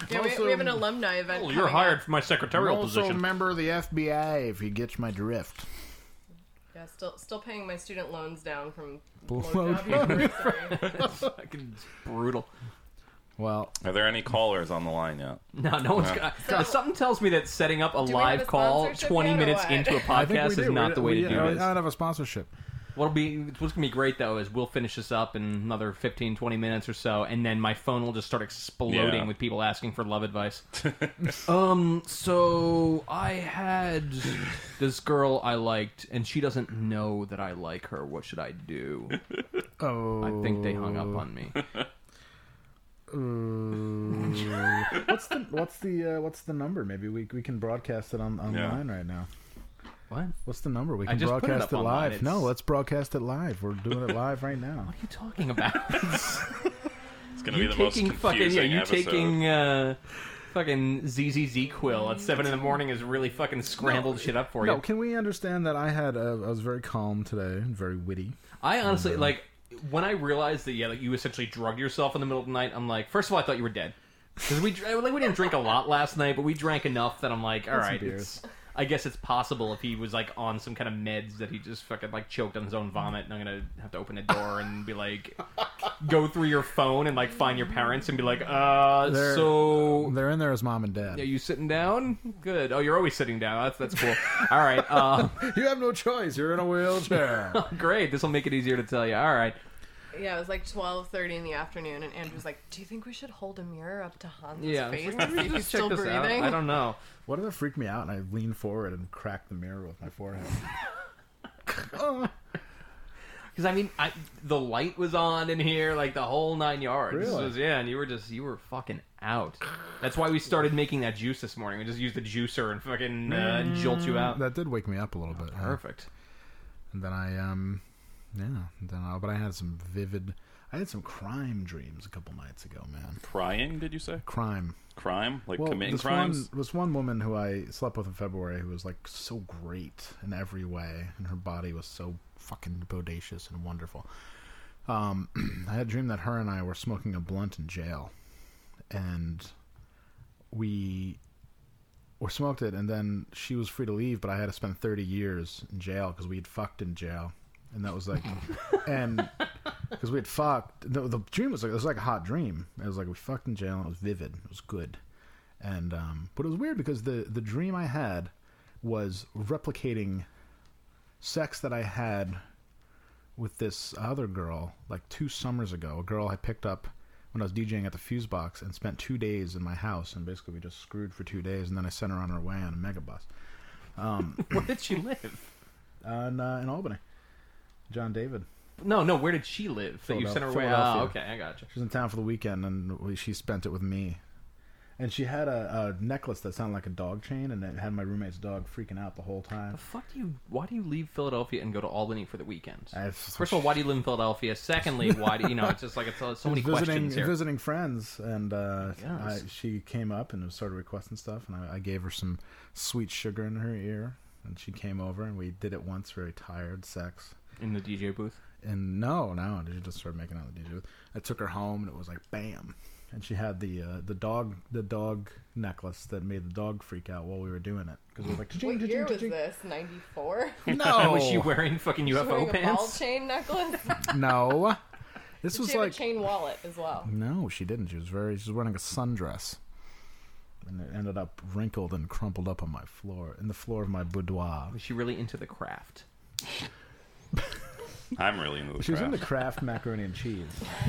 C: Yeah, we, we have an alumni event.
G: Well, you're
C: coming
G: hired
C: Up.
G: for my
B: I'm
G: secretarial
B: also a
G: position.
B: member of the FBI if he gets my drift.
C: Yeah, still still paying my student loans down from
B: Blowjob
C: Blowjob University.
G: Fucking brutal.
B: Well,
H: Are there any callers on the line yet?
G: No, no one's. Got, something tells me that setting up a
C: we have
G: live
C: a
G: call
C: sponsorship
G: 20
C: yet or
G: minutes
C: what?
G: into a
B: I think we
G: podcast
B: do.
G: is not
B: We-
G: the way
B: we,
G: to do
B: I,
G: this.
B: I don't have a sponsorship.
G: What'll be what's gonna be great though is we'll finish this up in another 15, 20 minutes or so, and then my phone will just start exploding
H: Yeah.
G: with people asking for love advice. um, so I had this girl I liked, and she doesn't know that I like her. What should I do?
B: Oh.
G: I think they hung up on me.
B: Mm, what's the what's the uh, what's the number? Maybe we we can broadcast it on online right now.
G: What? What are
B: What's the number? We
G: I
B: can
G: just put it
B: broadcast
G: up
B: it,
G: online.
B: live. No,
G: It's-
B: let's broadcast it live. We're doing it live right now.
G: you talking about?
H: It's gonna
G: you
H: be the most
G: taking
H: confusing
G: fucking yeah? You
H: episode.
G: taking uh, fucking ZZZ quill at seven in the morning is really fucking scrambled shit up for
B: No,
G: you.
B: can we understand that I had uh, I was very calm today and very witty.
G: I honestly like when I realized that yeah, like you essentially drug yourself in the middle of the night. I'm like, first of all, I thought you were dead. Because we dr- like we didn't drink a lot last night, but we drank enough that I'm like, all right, it's, I guess it's possible if he was like on some kind of meds that he just fucking like choked on his own vomit, and I'm gonna have to open a door and be like, go through your phone and like find your parents and be like, uh,
B: They're-
G: so
B: They're in there as mom and dad.
G: are you sitting down? Good. Oh, you're always sitting down. That's that's cool. All right. Uh,
B: You have no choice. You're in a wheelchair.
G: great. This will make it easier to tell you. All right.
C: Yeah, it was like twelve thirty in the afternoon, and Andrew's like, "Do you think we should hold a mirror up to Hans'
G: Yeah.
C: face
G: Like,
C: to see if he's
G: check
C: still
G: this out.
C: breathing?"
G: I don't know.
B: what if it freaked me out and I leaned forward and cracked the mirror with my forehead?
G: Because I mean, I, the light was on in here, like the whole nine yards. This
B: Really?
G: was- yeah, and you were just you were fucking out. That's why we started making that juice this morning. We just used the juicer and fucking uh, jolt you out.
B: Mm. That did wake me up a little bit. huh?
G: Perfect.
B: And then I um, yeah. Then I, but I had some vivid. I had some crime dreams a couple nights ago, man.
H: Crying? Did you say
B: Crime.
H: crime? Like
B: Well,
H: committing
B: this
H: crimes?
B: one was one woman who I slept with in February who was like so great in every way, and her body was so fucking bodacious and wonderful. Um, I had a dream that her and I were smoking a blunt in jail, and we or smoked it, and then she was free to leave, but I had to spend thirty years in jail because we had fucked in jail, and that was like, and because we had fucked. The, the dream was like it was like a hot dream. It was like we fucked in jail. And it was vivid. It was good, and um, but it was weird because the the dream I had was replicating sex that I had with this other girl like two summers ago. A girl I picked up when I was DJing at the Fuse Box and spent two days in my house, and basically we just screwed for two days, and then I sent her on her way on a megabus
G: Where did she live?
B: on uh, in Albany. John David.
G: No, no. Where did she live? That you
B: Philadelphia-
G: sent her away.
B: Philadelphia.
G: Oh, okay, I got you.
B: She was in town for the weekend, and we, she spent it with me. And she had a, a necklace that sounded like a dog chain, and it had my roommate's dog freaking out the whole time.
G: The fuck do you? Why do you leave Philadelphia and go to Albany for the weekend?
B: I-
G: First of all, why do you live in Philadelphia? Secondly, why do you know? It's just like it's uh, so, so many
B: visiting
G: questions here.
B: visiting friends, and uh,
G: Yes.
B: I, she came up and started requesting stuff, and I, I gave her some sweet sugar in her ear, and she came over, and we did it once, very tired sex.
G: In the DJ booth.
B: And no, no, she just started making out the DJ. with- I took her home, and it was like bam. And she had the uh, the dog the dog necklace that made the dog freak out while we were doing it because we were like,
C: What year was this? Ninety four.
G: No. was she wearing fucking
C: Oh.
G: UFO
C: Wearing a ball
G: pants?
C: chain necklace.
B: no, this
C: she
B: was
C: had
B: like
C: a chain wallet as well.
B: no, she didn't. She was very she was wearing a sundress, and it ended up wrinkled and crumpled up on my floor in the floor of my boudoir.
G: Was she really into the craft?
H: I'm really into the
B: She was in
H: craft.
B: the Kraft macaroni and cheese.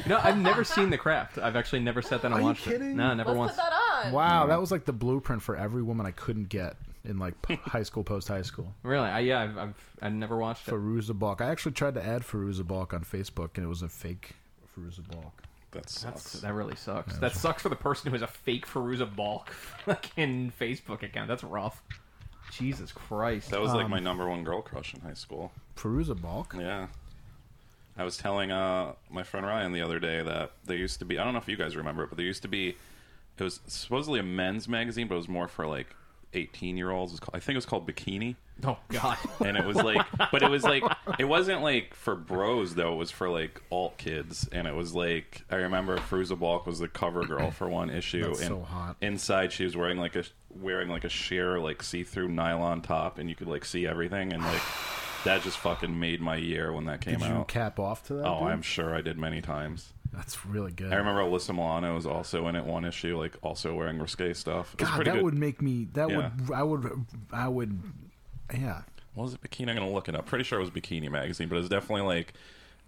G: No, I've never seen The Craft. I've actually never sat down and
B: Are you
G: watched it.
B: kidding?
G: No, never
C: Let's
G: once.
C: put that on.
B: Wow, that was like the blueprint for every woman I couldn't get in like po- high school, post high school.
G: Really? I, yeah, I've, I've I've never watched it.
B: Feruza Balk. I actually tried to add Feruza Balk on Facebook, and it was a fake Feruza Balk.
H: That
G: That's,
H: sucks.
G: that really sucks. that sucks for the person who has a fake Feruza Balk fucking Facebook account. That's rough. Jesus Christ.
H: That was like my number one girl crush in high school.
B: Feruza Balk.
H: Yeah. I was telling uh, my friend Ryan the other day that there used to be, I don't know if you guys remember it, but there used to be, it was supposedly a men's magazine, but it was more for like 18 year olds. It was called- I think it was called Bikini.
G: Oh God.
H: And it was like, but it was like, it wasn't like for bros though, it was for like alt kids. And it was like, I remember Fruza Balk was the cover girl for one issue.
B: That's
H: and
B: so hot.
H: Inside she was wearing like a, wearing like a sheer, like see through nylon top and you could like see everything. And like, that just fucking made my year when that came
B: Did you
H: out.
B: cap off to that?
H: Oh,
B: dude?
H: I'm sure I did many times.
B: That's really good.
H: I remember Alyssa Milano was also in it one issue, like also wearing risque stuff. It was
B: God,
H: pretty
B: that
H: good.
B: would make me. That would.
H: Yeah.
B: I would. I would. Yeah.
H: What was it bikini? I'm gonna look it up. Pretty sure it was Bikini Magazine, but it was definitely like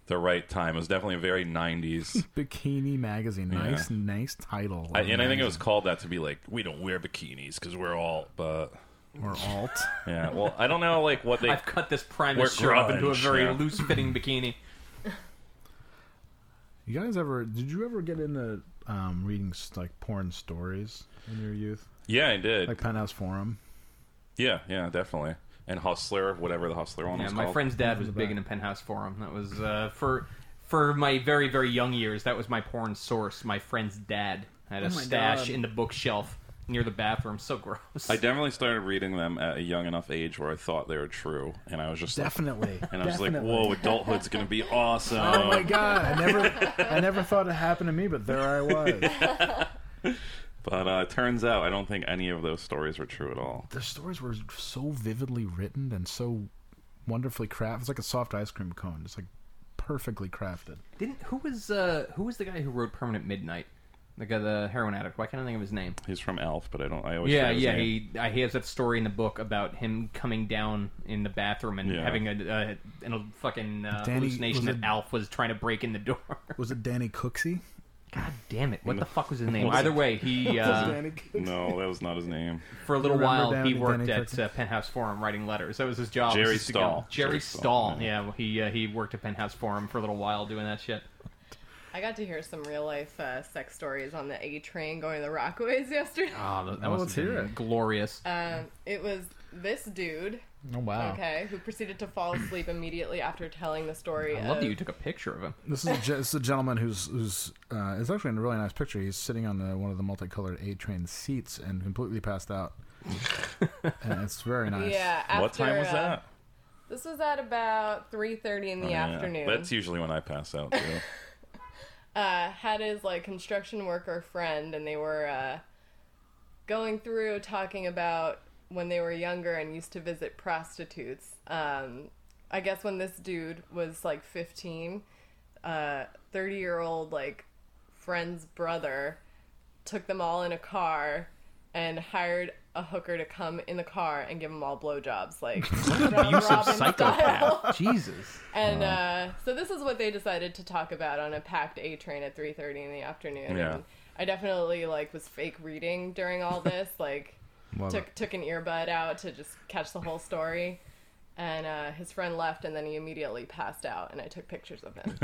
H: the right time. It was definitely a very 90s.
B: Bikini magazine. Nice, nice title.
H: I, and I think it was called that to be like we don't wear bikinis because we're all. But
B: Or alt.
H: yeah, well, I don't know like what they.
G: I've cut this Primus
H: We're
G: shirt up into a
H: grunge,
G: very
H: yeah.
G: loose fitting bikini.
B: You guys ever? Did you ever get into um, reading s- like porn stories in your youth,
H: yeah, I did.
B: like Penthouse Forum?
H: yeah, yeah, definitely. And Hustler, whatever the Hustler one
G: Yeah,
H: was
G: my
H: called.
G: friend's dad was big in a penthouse forum. That was uh, for for my very very young years. That was my porn source. My friend's dad
B: Oh
G: had a stash in the bookshelf near the bathroom. So gross.
H: I definitely started reading them at a young enough age where I thought they were true, and I was just like,
B: Definitely.
H: And I was like, "Whoa, adulthood's gonna be awesome!"
B: Oh my god! I never, I never thought it happened to me, but there I was.
H: But uh, it turns out I don't think any of those stories were true at all.
B: The stories were so vividly written and so wonderfully crafted. It's like a soft ice cream cone. It's like perfectly crafted.
G: Didn't who was uh who was the guy who wrote Permanent Midnight? The guy, the heroin addict. Why can't I think of his name?
H: He's from Elf, but I don't. I always
G: Yeah,
H: forget his
G: yeah.
H: name.
G: He, uh, he has that story in the book about him coming down in the bathroom and
H: Yeah.
G: having a, uh, an, a fucking uh,
B: Danny-
G: hallucination
B: was
G: that
B: it-
G: Alf was trying to break in the door.
B: Was it Danny Cooksey?
G: God damn it! What the fuck was his name? Either way, he uh,
H: No, that was not his name.
G: for a little
B: Remember
G: while
B: Danny-
G: he worked
B: Danny
G: at
B: Cooksey?
G: uh, Penthouse Forum writing letters. That was his job.
H: Jerry
G: was just to go-
H: Stahl.
G: Jerry,
H: Jerry Stahl,
G: Stahl.
H: yeah.
G: Yeah, well, he uh, he worked at Penthouse Forum for a little while doing that shit.
C: I got to hear some real life uh, sex stories on the A train going to the Rockaways yesterday.
G: Oh, that, that
B: Oh,
G: must
B: let's
G: have been
B: hear it.
G: glorious.
C: Um, it was this dude,
B: Oh wow!
C: okay, who proceeded to fall asleep immediately after telling the story.
G: I love
C: of,
G: that you took a picture of him.
B: This is a, ge- this is a gentleman who's who's uh, it's actually in a really nice picture. He's sitting on the, one of the multicolored A train seats and completely passed out. and it's very nice.
C: Yeah. After,
H: what time was
C: uh,
H: that?
C: This was at about three thirty in the
H: Oh, yeah.
C: afternoon.
H: That's usually when I pass out too.
C: uh, had his like construction worker friend, and they were uh, going through talking about when they were younger and used to visit prostitutes. Um, I guess when this dude was like 15, uh, 30 year old like friend's brother took them all in a car and hired a hooker to come in the car and give them all blowjobs, like round
G: Abusive
C: robin style.
G: psychopath. Jesus.
C: And uh, so this is what they decided to talk about on a packed A train at 3:30 in the afternoon.
H: Yeah.
C: And I definitely like was fake reading during all this, like
B: Love
C: took
B: it.
C: took an earbud out to just catch the whole story. And uh, his friend left, and then he immediately passed out. And I took pictures of him,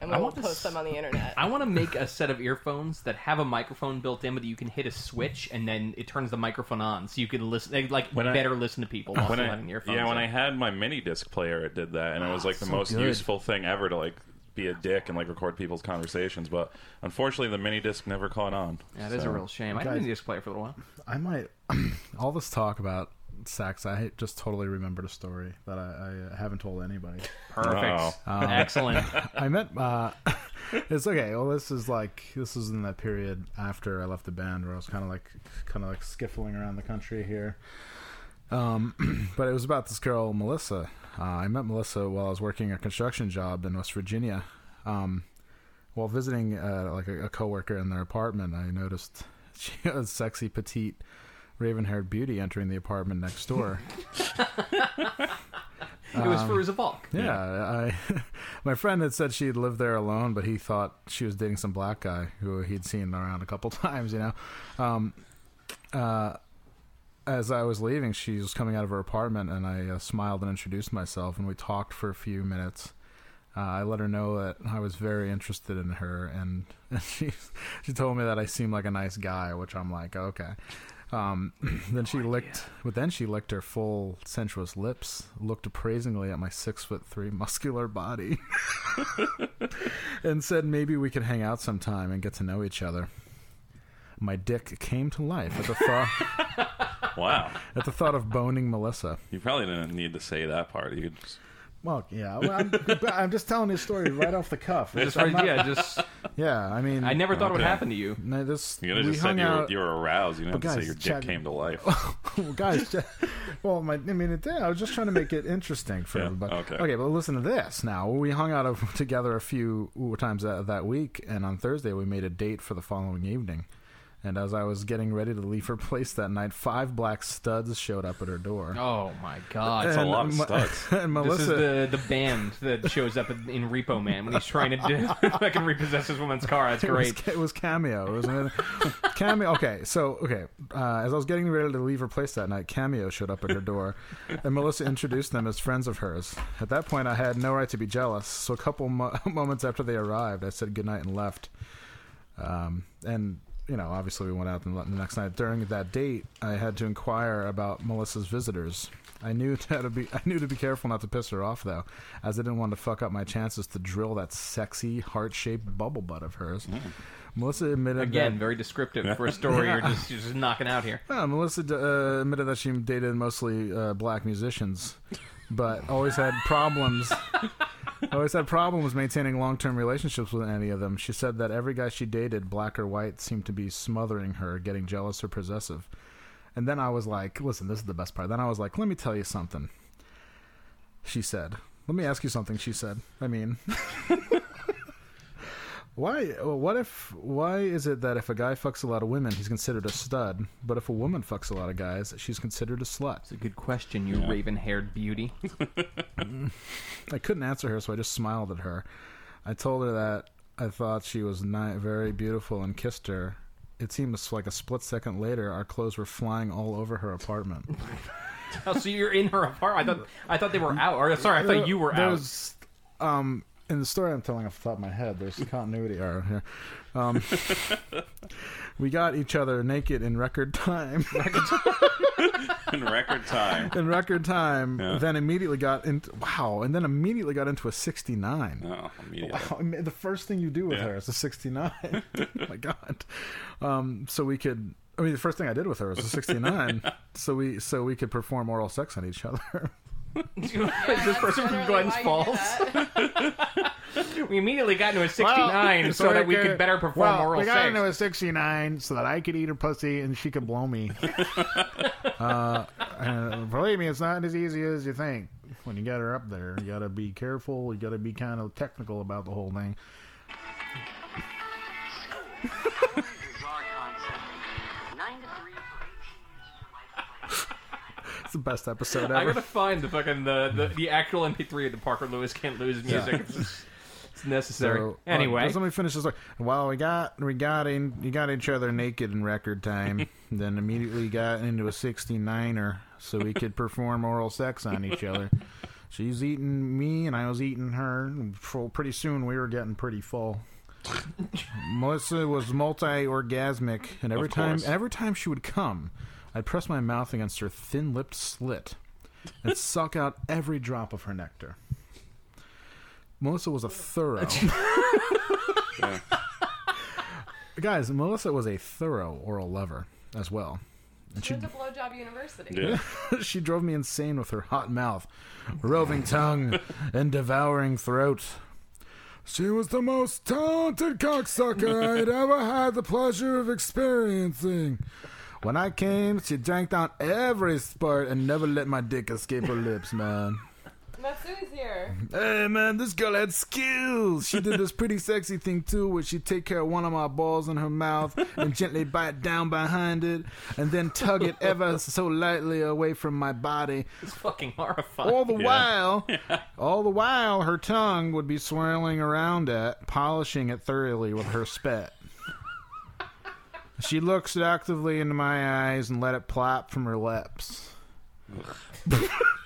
C: and we will
G: want
C: post
G: this-
C: them on the internet.
G: I want to make a set of earphones that have a microphone built in, but you can hit a switch and then it turns the microphone on, so you can listen, they, like
H: When I-
G: better listen to people while
H: when
G: still
H: I,
G: having the earphones.
H: yeah, when
G: in.
H: I had my mini disc player, it did that, and it was like the most
B: Ah, good.
H: useful thing ever to like be a dick and like record people's conversations. But unfortunately, the mini disc never caught on.
G: yeah, that is a real shame. I
B: Guys-
G: didn't just play it for a little while.
B: I might all this talk about sex. I just totally remembered a story that I, I haven't told anybody.
G: Perfect, excellent.
B: I met. Uh, it's okay. Well, this is like this is in that period after I left the band where I was kind of like kind of like skiffling around the country here. Um, but it was about this girl Melissa. Uh, I met Melissa while I was working a construction job in West Virginia. Um, while visiting uh, like a, a coworker in their apartment, I noticed she had a sexy petite raven-haired beauty entering the apartment next door.
G: it was for Zavalk.
B: Yeah, I, my friend had said she had lived there alone, but he thought she was dating some black guy who he'd seen around a couple times. You know, um, uh, as I was leaving, she was coming out of her apartment, and I uh, smiled and introduced myself, and we talked for a few minutes. Uh, I let her know that I was very interested in her, and, and she she told me that I seemed like a nice guy, which I'm like, okay. Um, then she licked, but then she licked her full sensuous lips, looked appraisingly at my six foot three muscular body, and said, "Maybe we could hang out sometime and get to know each other." My dick came to life at the thought
H: Wow,
B: at the thought of boning Melissa.
H: you probably didn't need to say that part. You could just,
B: Well, yeah, well, I'm, but I'm just telling this story right off the cuff.
G: Just right, yeah, just
B: Yeah, I mean,
G: I never thought it would
H: Okay.
G: happen to you.
B: no, this
H: you could have
B: we
H: just
B: hung
H: said you were,
B: out-
H: you were aroused. You didn't
B: But
H: have to
B: guys,
H: say your dick
B: check-
H: came to life.
B: well, guys, ju- well, my, I mean, it did. I was just trying to make it interesting for
H: Yeah,
B: everybody.
H: okay.
B: but listen to this. Now we hung out of, together a few times that, that week, and on Thursday we made a date for the following evening. And as I was getting ready to leave her place that night, five black studs showed up at her door.
G: Oh my god.
H: That's a
B: And
H: lot of
B: Ma-
H: studs.
B: and Melissa,
G: this is the, the band that shows up in, in Repo Man when he's trying to do, fucking repossess his woman's car. That's
B: It was-
G: great.
B: It was, cameo. It was another- cameo. Okay, so okay, uh, as I was getting ready to leave her place that night, cameo showed up at her door, and Melissa introduced them as friends of hers. At that point, I had no right to be jealous. So a couple mo- moments after they arrived, I said goodnight and left. Um, and you know, obviously, we went out the the next night. During that date, I had to inquire about Melissa's visitors. I knew how to be. I knew to be careful not to piss her off, though, as I didn't want to fuck up my chances to drill that sexy heart-shaped bubble butt of hers. Melissa admitted
G: Again,
B: that-
G: very descriptive for a story you're just, you're just knocking out here.
B: Yeah, Melissa uh, admitted that she dated mostly uh, black musicians, but always had problems always had problems maintaining long term relationships with any of them. She said that every guy she dated, black or white, seemed to be smothering her, getting jealous or possessive. And then I was like, listen, this is the best part. Then I was like, let me tell you something. She said, let me ask you something. She said, I mean, why? What if? Why is it that if a guy fucks a lot of women, he's considered a stud, but if a woman fucks a lot of guys, she's considered a slut?
G: It's a good question, you raven-haired beauty.
B: I couldn't answer her, so I just smiled at her. I told her that I thought she was not very beautiful and kissed her. It seemed s- like a split second later, our clothes were flying all over her apartment.
G: oh, so you're in her apartment? I thought I thought they were out. Or sorry, I thought you were out.
B: There's, um, in the story I'm telling off the top of my head, there's continuity error here. Um, we got each other naked in record time.
H: in record time.
B: in record time.
H: Yeah.
B: Then immediately got into wow, and then immediately got into a 69.
H: Oh, immediately.
B: Wow, I mean, the first thing you do with
H: Yeah.
B: her is a 69. oh my god. Um, so we could. I mean, the first thing I did with her was a 69. so we so we could perform oral sex on each other.
G: Is this person from
C: Generally,
G: Glens
C: why you do
G: Falls.
C: that.
G: We immediately got into a 69 so that we could better perform
E: well,
G: oral
E: we got
G: sex.
E: into a 69 so that I could eat her pussy and she could blow me. uh, and believe me, it's not as easy as you think. When you get her up there, you got to be careful. You got to be kind of technical about the whole thing.
B: It's the best episode
G: I
B: ever.
G: gotta find the fucking the, the, the actual MP3 of the Parker Lewis can't lose music. It's, just- it's necessary.
B: So, uh,
G: anyway,
B: just let me finish this. story. Well, we got we got in you got each other naked in record time, then immediately got into a 69er so we could perform oral sex on each other. She's eating me and I was eating her. and full- Pretty soon we were getting pretty full. Melissa was multi-orgasmic, and every
H: Of
B: time
H: course.
B: every time she would come, I'd press my mouth against her thin-lipped slit and suck out every drop of her nectar. Melissa was a thorough. Guys, Melissa was a thorough oral lover as well.
C: She went to blowjob university.
H: Yeah.
B: she drove me insane with her hot mouth, roving tongue, and devouring throat. She was the most talented cocksucker I had ever had the pleasure of experiencing. When I came, she drank down every spurt and never let my dick escape her lips, man.
C: Matsui's here.
B: Hey man, this girl had skills. She did this pretty sexy thing too, where she'd take care of one of my balls in her mouth and gently bite down behind it, and then tug it ever so lightly away from my body.
G: it's fucking horrifying.
B: All the
H: Yeah.
B: while, all the while, her tongue would be swirling around it, polishing it thoroughly with her spit. she looked seductively into my eyes and let it plop from her lips.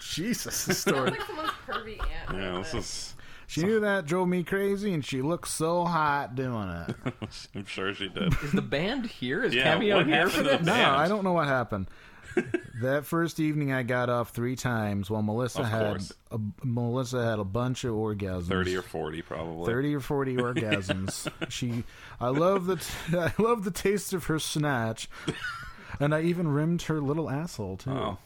B: Jesus, this story.
C: It's like someone's pervy aunt.
H: Yeah, this
C: But
H: is.
B: She knew that drove me crazy, and she looked so hot doing it. Uh,
H: I'm sure she did.
G: Is the band here? Is
H: Yeah,
G: Cameo
H: what
G: here
H: happened
G: for
H: to
G: this?
H: the
B: No,
H: band?
B: I don't know what happened. that first evening, I got off three times while Melissa
H: Of
B: had
H: course.
B: a, Melissa had a bunch of orgasms.
H: Thirty or forty, probably.
B: 30 or 40 orgasms. She I love the t- I love the taste of her snatch. And I even rimmed her little asshole too.
H: Oh,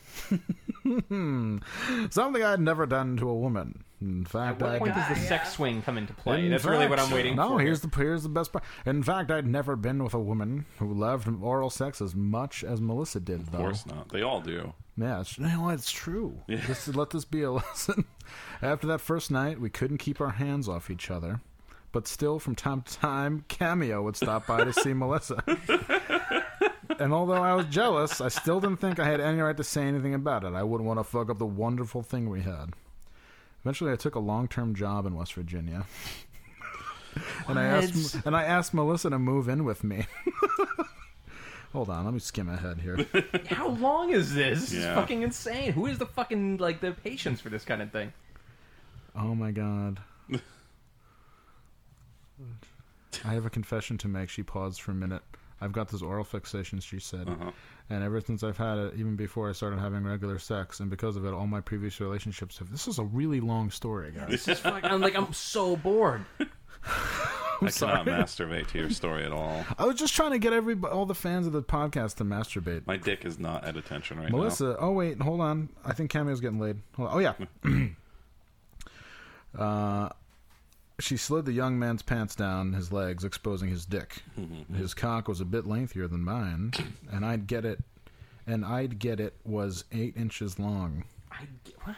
B: Something I'd never done to a woman. In
G: At
B: fact,
G: what
B: I
G: point does the
C: yeah.
G: sex swing come into play?
B: In
G: That's really what
B: fact-
G: I'm waiting
B: no,
G: for.
B: here's the here's the best part. In fact, I'd never been with a woman who loved oral sex as much as Melissa did, though.
H: of course not. They all do.
B: Yeah, it's, you know what, it's true. This, let this be a lesson. After that first night, we couldn't keep our hands off each other. But still, from time to time, Cameo would stop by to see Melissa. and although I was jealous, I still didn't think I had any right to say anything about it. I wouldn't want to fuck up the wonderful thing we had. Eventually, I took a long-term job in West Virginia, and I asked and I asked Melissa to move in with me. Hold on, let me skim ahead here.
G: How long is this? This is
H: Yeah.
G: fucking insane. Who is the fucking like the patience for this kind of thing?
B: Oh my god. I have a confession to make. She paused for a minute. I've got this oral fixation, she said. And ever since I've had it, even before I started having regular sex, and because of it, all my previous relationships have. This is a really long story, guys.
G: This is fucking, I'm like I'm so bored.
H: I cannot masturbate to your story at all.
B: I was just trying to get every all the fans of the podcast to masturbate.
H: My dick is not at attention right now.
B: Melissa. Oh wait, hold on. I think Cameo's getting laid. Hold on. Oh yeah. uh, She slid the young man's pants down his legs, exposing his dick. his cock was a bit lengthier than mine, and I'd get it. And I'd get it was eight inches long.
G: I g- what?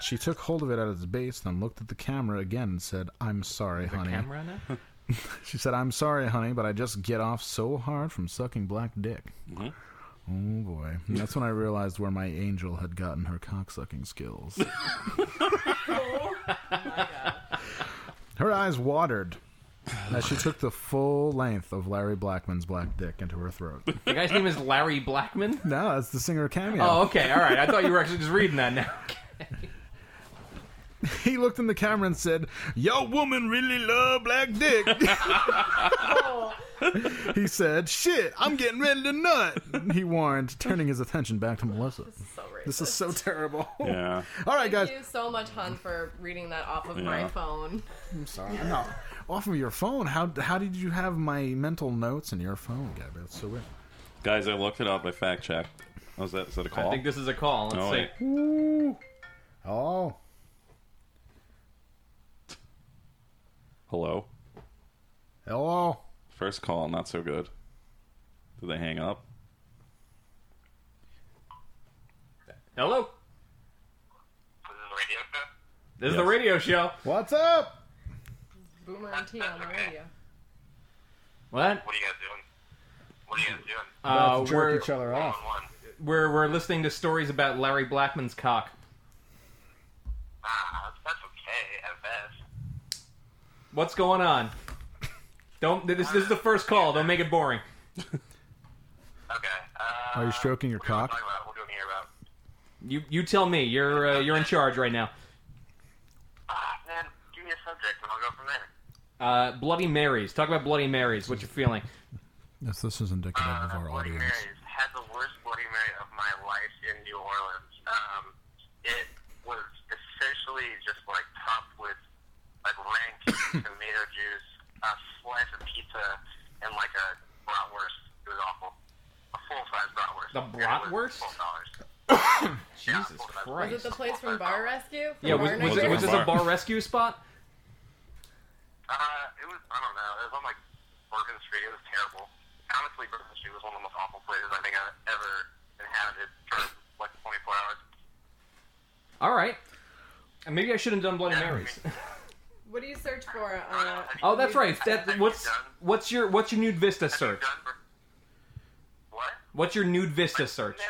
B: She took hold of it at its base, then looked at the camera again and said, "I'm sorry, honey."
G: Camera now?
B: She said, "I'm sorry, honey, but I just get off so hard from sucking black dick." Oh boy, And that's when I realized where my angel had gotten her cocksucking skills. her eyes watered as she took the full length of Larry Blackman's black dick into her throat.
G: The guy's name is Larry Blackman.
B: no, that's the singer cameo.
G: Oh, okay, all right. I thought you were actually just reading that now.
B: He looked in the camera and said, "Yo, woman really love black dick." he said, "Shit, I'm getting ready to nut." He warned, turning his attention back to Melissa.
C: So racist.
B: This is so terrible.
H: Yeah.
B: All right, guys.
C: Thank you so much, Hun, for reading that off of
H: Yeah.
C: my phone.
B: I'm sorry. I'm not off of your phone. How how did you have my mental notes in your phone, Gabby? That's so weird.
H: Guys, I looked it up. I fact checked. Was that, is that a call?
G: I think this is a call. Let's
H: Oh,
G: see.
H: wait.
B: Oh,
H: Hello?
B: hello.
H: First call, not so good. Did they hang up?
G: Hello.
D: This is radio show.
G: This is the
H: Yes.
G: radio show.
B: What's up?
C: Boomer and T on the radio.
G: What?
D: What are you guys doing? What are you guys doing?
G: Uh, we're,
B: other
D: One one.
G: we're we're listening to stories about Larry Blackman's cock.
D: Nah, that's okay at best.
G: What's going on? Don't. This, this is the first call. Don't make it boring.
D: Okay. Uh,
B: Are you stroking your
D: what do you wanna
B: cock?
D: talk about? What do you want to hear about?
G: You you tell me. You're uh, you're in charge right now.
D: Ah, man, give me a subject and I'll go from there.
G: Uh, Bloody Marys. Talk about Bloody Marys. What you're feeling?
B: Yes, this is indicative of
D: Uh,
B: our
D: Bloody
B: audience.
D: Marys had the worst Bloody Mary of my life in New Orleans. Um, it was essentially just like topped with like rank tomato juice, a slice of pizza, and like a bratwurst. It was awful. A full size bratwurst.
G: The
D: And it was
G: bratwurst?
D: Twelve dollars.
G: Jesus
C: Was it
G: Christ.
C: the place from Bar Rescue? From
G: Yeah. Was,
C: Bar
G: was,
C: Rescue?
G: it, was this a
H: Bar.
G: bar rescue spot?
D: Uh, it was I don't know. It was on like Bourbon Street. It was terrible. Honestly, Bourbon Street was one of the most awful places I think I've ever inhabited for like 24 hours.
G: All right. And Maybe I shouldn't have done Bloody Marys.
C: What do you search for? Uh,
G: Oh, that's right. That what's what's your what's your nude Vista
D: Have you
G: search?
D: done bur- What?
G: What's your nude Vista search?
D: Man,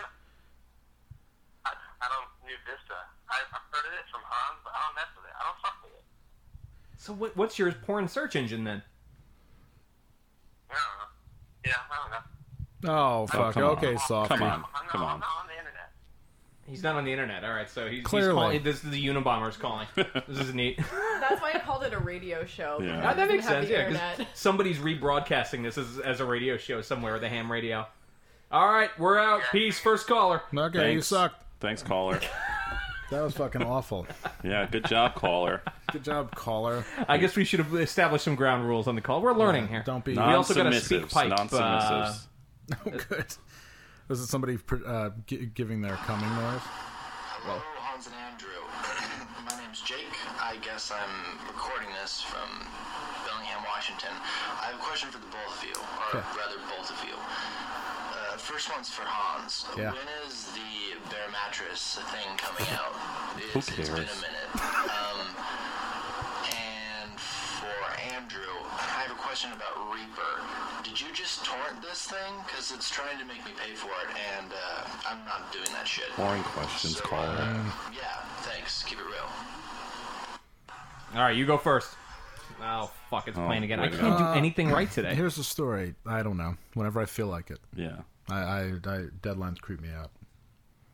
D: I, I don't new Vista. I, I've heard of it from Hans, but I don't mess with it. I don't fuck with it.
G: So what, what's your porn search engine then?
D: I don't know. Yeah, I don't know.
B: Oh fuck.
H: come on.
B: okay, softy.
H: Come on.
D: I'm not,
H: Come
D: I'm
H: on.
D: not on the internet.
G: He's not on the internet. All right, so he's, he's
B: Clearly.
G: calling. This is the Unabomber's calling. this is neat.
C: that's why I called it a radio show.
H: Yeah.
C: because
G: Ah, that
C: it
G: makes
C: doesn't have
G: sense.
C: the
G: Yeah, because
C: internet.
G: somebody's rebroadcasting this as, as a radio show somewhere, the ham radio. All right, we're out. Peace. First caller.
B: Okay, you
H: Thanks.
B: sucked.
H: Thanks, caller.
B: That was fucking awful.
H: Yeah, good job, caller.
B: Good job, caller.
G: I guess we should have established some ground rules on the call. We're learning here.
B: Don't be
G: We also got a
H: Non-submissives.
G: speak pipe. Uh,
H: Non-submissives.
B: Oh, good. Was it somebody uh, gi- giving their coming noise?
I: Hello, Hans and Andrew. My name's Jake. I guess I'm recording this from Bellingham, Washington. I have a question for the both of you, or
B: Okay.
I: rather, both of you. Uh, first one's for Hans.
B: Yeah.
I: When is the bare mattress thing coming out? It's, It's been a
H: cares?
I: minute. Um, and for Andrew, I have a question about Reaper. Did you just torrent this thing? Because it's trying to make me pay for it, and uh, I'm not doing that shit.
H: Boring questions,
I: So,
H: caller.
I: uh, yeah, thanks. Keep it real.
G: all right, you go first. Oh fuck, it's playing again. I
H: wait a
G: can't do anything right today.
B: Here's the story. I don't know. Whenever I feel like it,
H: Yeah.
B: I, I, I deadlines creep me out.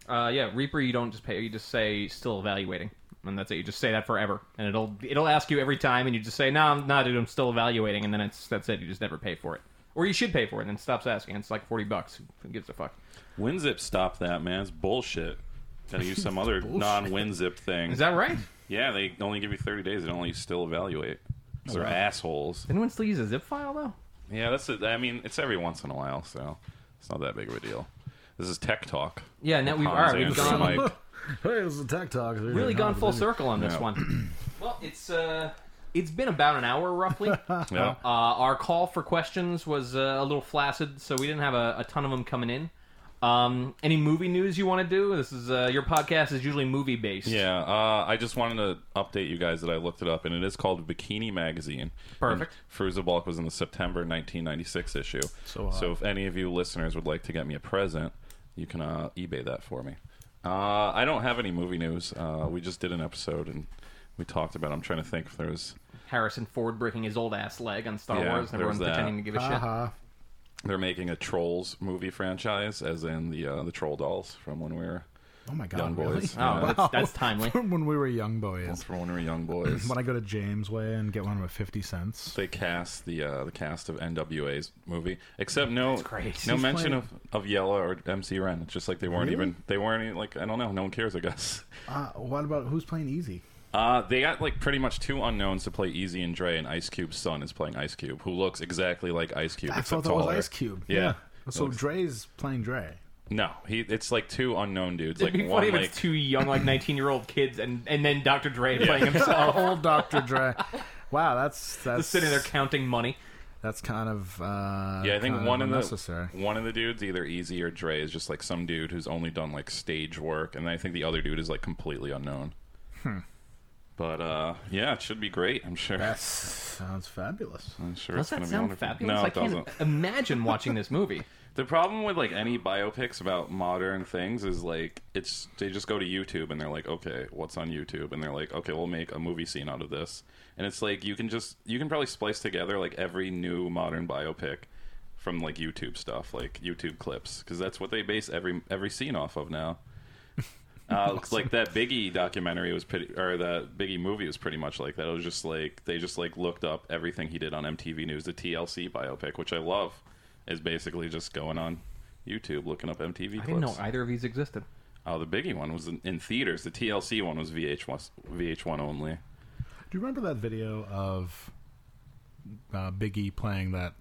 G: Uh, yeah, Reaper, you don't just pay. You just say still evaluating, and that's it. You just say that forever, and it'll it'll ask you every time, and you just say no, I'm not, dude. I'm still evaluating, and then it's that's it. You just never pay for it, or you should pay for it, and then it stops asking. It's like forty bucks. Who gives a fuck?
H: WinZip stopped that, man. It's bullshit. Gotta use some other non-WinZip thing.
G: Is that right? Does
H: Yeah, they only give you 30 days. They don't let you still evaluate. 'Cause
G: Oh,
H: they're assholes.
G: anyone still use a zip file though?
H: Yeah, that's. A, I mean, it's every once in a while, so it's not that big of a deal. This is tech talk.
G: Yeah, now we've all
H: Hans,
G: right, we've
H: Andrew,
G: gone
H: Mike.
B: hey, this is a tech talk.
G: really gone full circle on this
H: Yeah.
G: one. well, it's uh, It's been about an hour, roughly. uh,
H: Yeah.
G: our call for questions was uh, a little flaccid, so we didn't have a, a ton of them coming in. Um, any movie news you want to do? This is uh, your podcast is usually movie based.
H: Yeah, uh, I just wanted to update you guys that I looked it up, and it is called Bikini Magazine.
G: Perfect.
H: And Fruza Balk was in the September 1996 issue. So, if any of you listeners would like to get me a present, you can uh, eBay that for me. Uh, I don't have any movie news. Uh, we just did an episode and we talked about. I'm trying to think if there was
G: Harrison Ford breaking his old ass leg on Star
H: Yeah,
G: Wars, and everyone
H: there's that.
G: pretending to give a
B: Uh-huh.
G: shit.
H: they're making a Trolls movie franchise, as in the uh, the Troll Dolls from when we were
B: Oh my god,
H: young
B: really?
H: boys.
G: Oh,
H: Yeah.
G: that's, that's timely.
B: when we were young boys.
H: From when we were young boys.
B: When I go to James Way and get one with fifty cents.
H: they cast the uh, the cast of NWA's movie, except no
G: great.
H: no
G: He's
H: mention
B: playing-
H: of, of Yella or MC Ren. It's just like they weren't
B: Really?
H: even they weren't even, like I don't know. No one cares, I guess.
B: Uh, what about who's playing Easy?
H: Uh, they got like pretty much two unknowns to play Easy and Dre, and Ice Cube's son is playing Ice Cube, who looks exactly like Ice Cube.
B: I
H: except
B: thought that was
H: taller.
B: Ice Cube.
H: Yeah.
B: So Dre's playing Dre.
H: No, he it's like two unknown dudes.
G: It'd
H: like
G: be
H: one
G: funny if
H: like
G: it's two young, like nineteen-year-old kids, and and then Dr. Dre playing himself,
B: Old Dr. Dre. Wow, that's that's
G: just sitting there counting money.
B: That's kind of uh,
H: yeah, I think
B: kind
H: one
B: of
H: of
B: unnecessary.
H: the one of the dudes, either Easy or Dre, is just like some dude who's only done like stage work, and I think the other dude is like completely unknown. But uh, yeah, it should be great. I'm sure.
B: That sounds fabulous.
H: I'm sure
G: Does
H: it's
G: that
H: gonna
G: sound
H: be wonderful.
G: fabulous?
H: No,
G: I
H: it
G: can't
H: doesn't.
G: imagine watching this movie.
H: The problem with like any biopics about modern things is like it's they just go to YouTube and they're like, okay, what's on YouTube? And they're like, okay, we'll make a movie scene out of this. And it's like you can just you can probably splice together like every new modern biopic from like YouTube stuff, like YouTube clips, because that's what they base every every scene off of now. Uh, looks Like that Biggie documentary was pretty, or that Biggie movie was pretty much like that. It was just like they just like looked up everything he did on MTV News, the TLC biopic, which I love, is basically just going on YouTube looking up MTV clips.
G: I didn't know either of these existed.
H: oh, the Biggie one was in, in theaters. The TLC one was VH1 VH1 only.
B: Do you remember that video of uh, Biggie playing that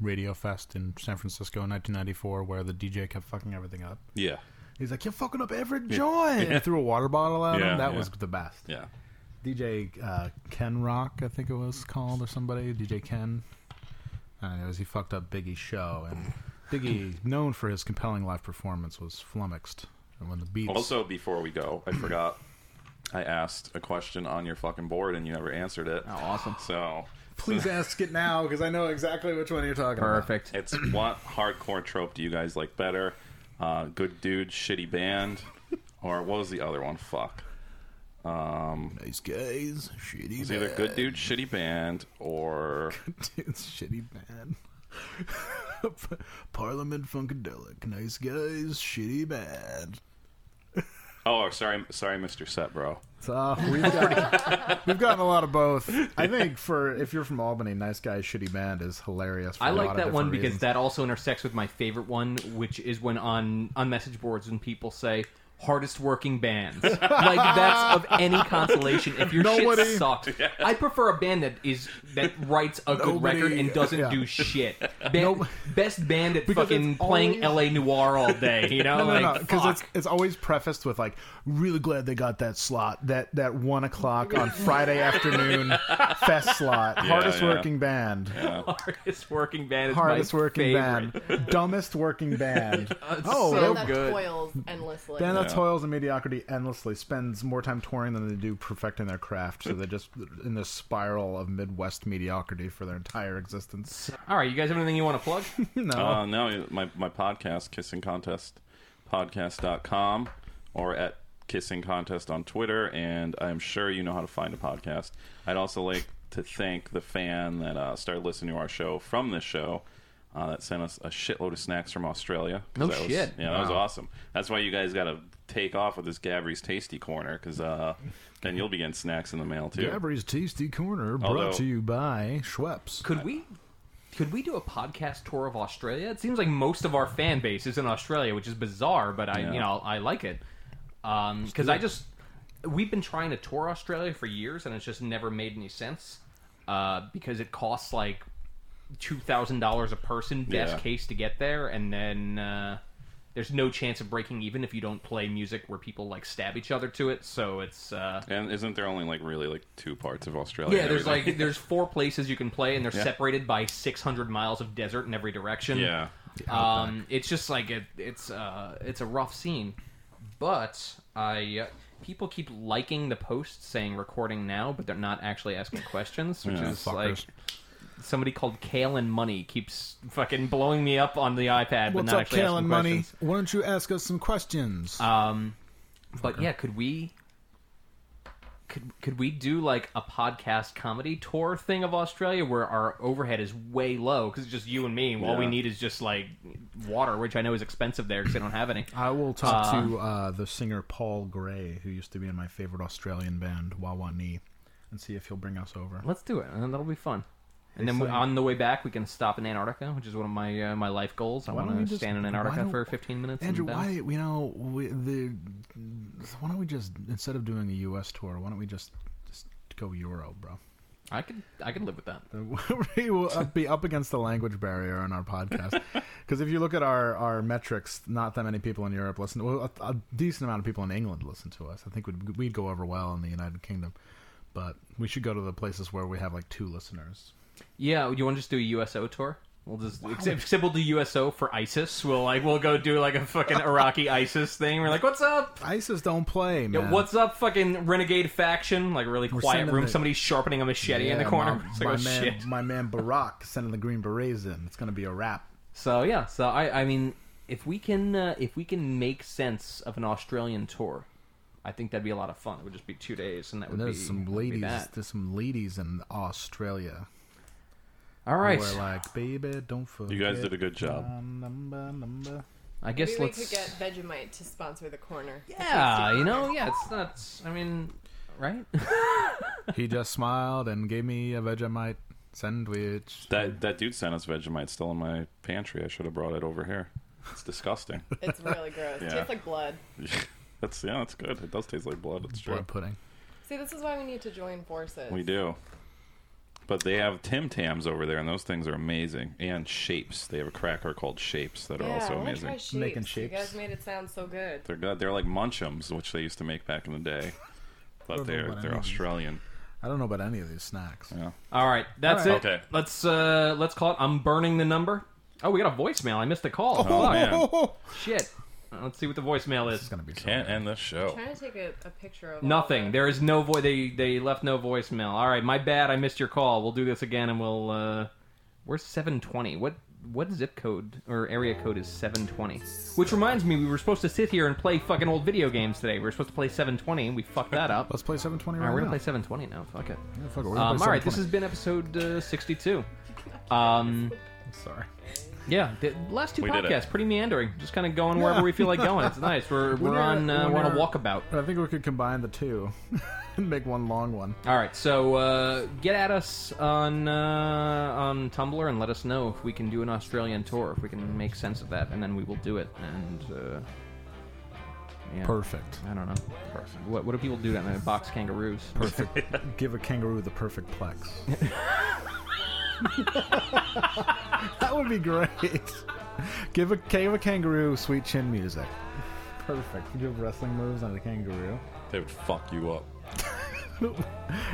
B: radio fest in San Francisco in 1994, where the DJ kept fucking everything up?
H: Yeah,
B: He's like, "You're fucking up every joint." And threw a water bottle at
H: Yeah,
B: him. That
H: yeah.
B: was the best.
H: yeah.
B: DJ uh, Ken Rock, I think it was called, or somebody. DJ Ken. I don't know. it was- He fucked up Biggie's show, and Biggie, known for his compelling live performance, was flummoxed when the beats.
H: Also, before we go, I forgot. I asked a question on your fucking board and you never answered it. Oh, awesome! So
B: please ask it now because I know exactly which one you're talking
G: Perfect.
H: It's what hardcore trope do you guys like better? Uh, good dude, shitty band, or what was the other one? Fuck. Um,
B: about. Nice guys, shitty.
H: it's either good dude, shitty band, or
B: It's shitty bad. Parliament Funkadelic, nice guys, shitty bad.
H: oh, sorry, sorry, Mister Set, bro.
B: So Uh, we've, got, we've gotten a lot of both. I think for if you're from Albany, nice guys, shitty band is hilarious. For
G: I
B: a lot
G: like
B: of
G: that
B: different
G: one because
B: reasons.
G: that also intersects with my favorite one, which is when on on message boards when people say hardest working bands. like that's of any consolation. If your
B: Nobody-
G: shit sucks, I prefer a band that is that writes a good
B: Nobody-
G: record and doesn't
B: yeah.
G: do shit. Ban- Best band at
B: Because
G: fucking
B: it's
G: playing
B: always-
G: L.A. Noir all day. You know,
B: No, no,
G: like
B: no, because
G: fuck.
B: it's it's always prefaced with like, really glad they got that slot, that that one o'clock on Friday afternoon fest slot, hardest
H: yeah.
B: working band,
G: hardest working band. Is
B: hardest
G: my
B: working
G: favorite.
B: band, dumbest working band.
G: Oh,
C: Band
G: so
C: that
G: good.
C: toils endlessly.
B: Band that toils in mediocrity endlessly spends more time touring than they do perfecting their craft, so they're just in this spiral of Midwest mediocrity for their entire existence.
G: All right, you guys have anything you want to plug?
H: Uh, no, my my podcast, Kissing Contest, podcast.com, or at Kissing Contest on Twitter, and I'm sure you know how to find a podcast. I'd also like to thank the fan that uh, started listening to our show from this show. Uh, that sent us a shitload of snacks from Australia. 'Cause
G: No
H: that was-
G: shit.
H: yeah, that was awesome. That's why you guys got to take off with this Gabby's Tasty Corner, because uh, then you'll be getting snacks in the mail too.
B: Gabby's Tasty Corner brought
H: Although-
B: to you by Schweppes.
G: Could we could we do a podcast tour of Australia? It seems like most of our fan base is in Australia, which is bizarre, but I you
H: Yeah.
G: know I like it because I just we've been trying to tour Australia for years and it's just never made any sense uh, because it costs like two thousand dollars a person best
H: Yeah.
G: case to get there, and then uh, there's no chance of breaking even if you don't play music where people like stab each other to it. So it's uh,
H: And isn't there only like really like two parts of Australia?
G: yeah, there's
H: Everything-
G: like there's four places you can play, and they're
H: Yeah.
G: separated by 600 miles of desert in every direction.
H: yeah.
G: Um, it's just like it, it's uh, it's a rough scene, but I uh, people keep liking the post saying recording now, but they're not actually asking questions, which
H: Yeah,
G: is
E: fuckers.
G: like somebody called Kale and Money keeps fucking blowing me up on the iPad, but
B: What's
G: not
B: up,
G: actually
B: Kale
G: asking
B: and Money?
G: questions.
B: Why don't you ask us some questions?
G: But yeah, could we? Could, could we do like a podcast comedy tour thing of Australia where our overhead is way low because it's just you and me and all we
H: Yeah.
G: need is just like water, which I know is expensive there because they don't have any.
B: I will talk to uh, the singer Paul Gray, who used to be in my favorite Australian band, Wawani, and see if he'll bring us over.
G: Let's do it, and that'll be fun. And then we,
B: Excellent.
G: on the way back, we can stop in Antarctica, which is one of my uh, my life goals. I
B: Why don't
G: want to
B: we just-
G: stand in
B: why
G: Antarctica
B: don't-
G: for 15 minutes.
B: Andrew,
G: and, uh,
B: why you know we, the why don't we just instead of doing a U.S. tour, why don't we just just go Euro, bro?
G: I could I could live with that.
B: we will up, be up against the language barrier on our podcast because if you look at our, our metrics, not that many people in Europe listen. Well, a, a decent amount of people in England listen to us. I think we'd we'd go over well in the United Kingdom, but we should go to the places where we have like two listeners.
G: Yeah, you want to just do a USO tour? We'll just except, except we'll do USO for ISIS. We'll like we'll go do like a fucking Iraqi ISIS thing. We're like, what's up?
B: ISIS don't play, man.
G: Yeah, What's up, fucking renegade faction? Like really quiet
B: sending
G: room.
B: the-
G: Somebody's sharpening a machete in the
B: Yeah,
G: corner.
B: My,
G: It's like,
B: my
G: oh,
B: man,
G: shit.
B: my man Barack sending the Green Berets in. It's gonna be a wrap.
G: So yeah, so I I mean, if we can uh, if we can make sense of an Australian tour, I think that'd be a lot of fun. It would just be two days, and that would
B: And there's
G: be
B: some
G: that would be
B: ladies.
G: that.
B: There's some ladies in Australia.
G: All right,
B: We're like, baby, don't forget.
H: You guys did a good job.
B: my Number, number.
G: I guess
C: Maybe
G: let's.
C: we could get Vegemite to sponsor the corner.
G: yeah, you know, yeah, it's not. I mean, right?
B: He just smiled and gave me a Vegemite sandwich.
H: That that dude sent us Vegemite still in my pantry. I should have brought it over here. It's disgusting.
C: It's really gross.
H: Yeah.
C: Tastes like blood.
H: that's yeah, that's good. It does taste like blood. It's true.
B: Blood pudding.
C: See, this is why we need to join forces.
H: We do. But they have Tim Tams over there, and those things are amazing. And shapes. They have a cracker called shapes that are
C: Yeah, I
H: also
C: wanna
H: amazing.
C: Try shapes.
B: Making
C: You
B: shapes.
C: guys made it sound so good.
H: They're good. They're like munchums, which they used to make back in the day. But they're
B: about any
H: they're
B: of these.
H: Australian.
B: I don't know about any of these snacks.
H: Yeah.
G: All right, that's
H: All
G: it.
H: right. Okay.
G: Let's uh let's call it. I'm burning the number. Oh, we got a voicemail. I missed a call.
H: Oh
G: Fuck.
H: man,
G: Shit. Uh, Let's see what the voicemail
B: It's
G: is.
B: gonna be so
H: can't
B: good.
H: end this show.
C: trying to take a, a picture of all
G: Nothing.
C: of
G: There is no voice. They they left no voicemail. All right, my bad. I missed your call. We'll do this again, and we'll. uh We're seven twenty. What what zip code or area code is seven twenty? Which reminds me, we were supposed to sit here and play fucking old video games today. We were supposed to play seven twenty, and we fucked that up.
B: Let's play 720
G: All
B: right
G: right, we're
B: now.
G: gonna play seven twenty now. Fuck it.
B: Yeah, fuck it, we're gonna
G: Um,
B: play
G: all right, this
B: 720.
G: has been episode uh, sixty-two. Um,
B: Sorry.
G: yeah, the last two
H: We did it.
G: podcasts pretty meandering, just kind of going wherever
B: Yeah.
G: we feel like going. It's nice. We're we're,
B: never-
G: on uh,
B: we
G: we're on a
B: never-
G: walkabout.
B: But I think we could combine the two and make one long one.
G: All right, so uh, get at us on uh, on Tumblr and let us know if we can do an Australian tour, if we can make sense of that, and then we will do it. And uh, yeah,
B: Perfect.
G: I don't know. Perfect. What, what do people do down there? Box kangaroos.
B: Perfect. Give a kangaroo the perfect plex. that would be great. Give a give a kangaroo sweet chin music. Perfect. You do wrestling moves on a kangaroo.
H: They would fuck you up.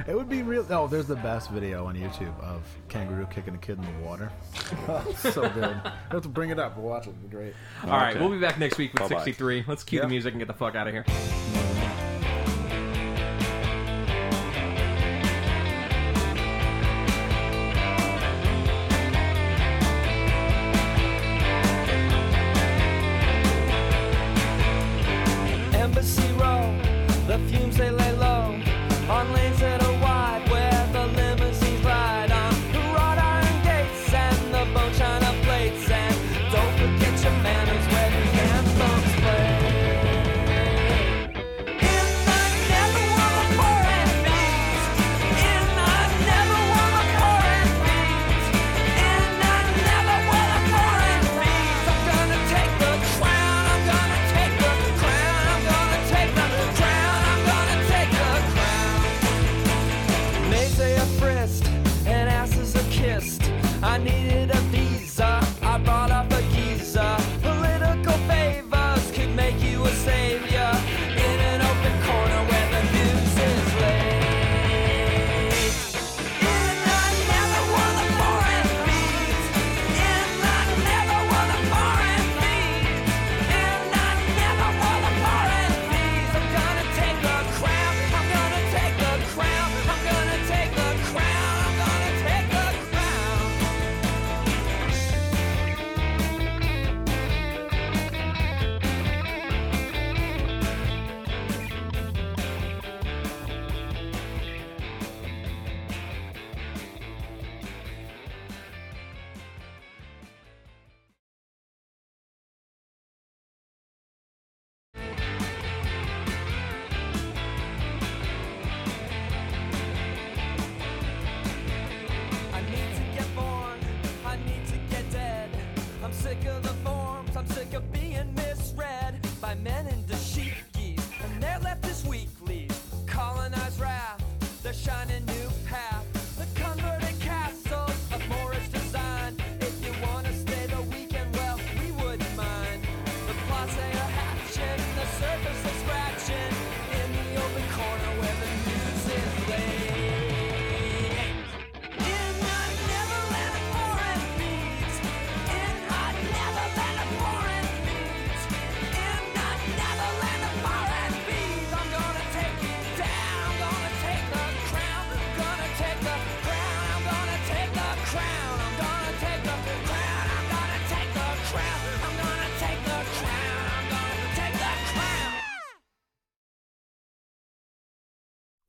B: It would be real. Oh, there's the best video on YouTube of kangaroo kicking a kid in the water. Oh, it's so good. I have to bring it up. We'll watch it. It'll be great.
G: All right,
H: Okay.
G: we'll be back next week with
H: Bye-bye.
G: 63. Let's cue
B: Yeah.
G: the music and get the fuck out of here.
J: Embassy Row, the fumes they lay low. On lanes that are wide, where the limousines ride on the wrought iron gates and the bone china plates. And don't forget your manners when the anthems play. In I never wanna pour and beans. In I never wanna pour and beans. In I never wanna pour and beans. I'm gonna take the crown. I'm gonna take the crown. I'm gonna take the crown. I'm gonna take the crown. Legs they are frisked and asses are kissed. I needed a visa, I brought up a geezer. Political favor,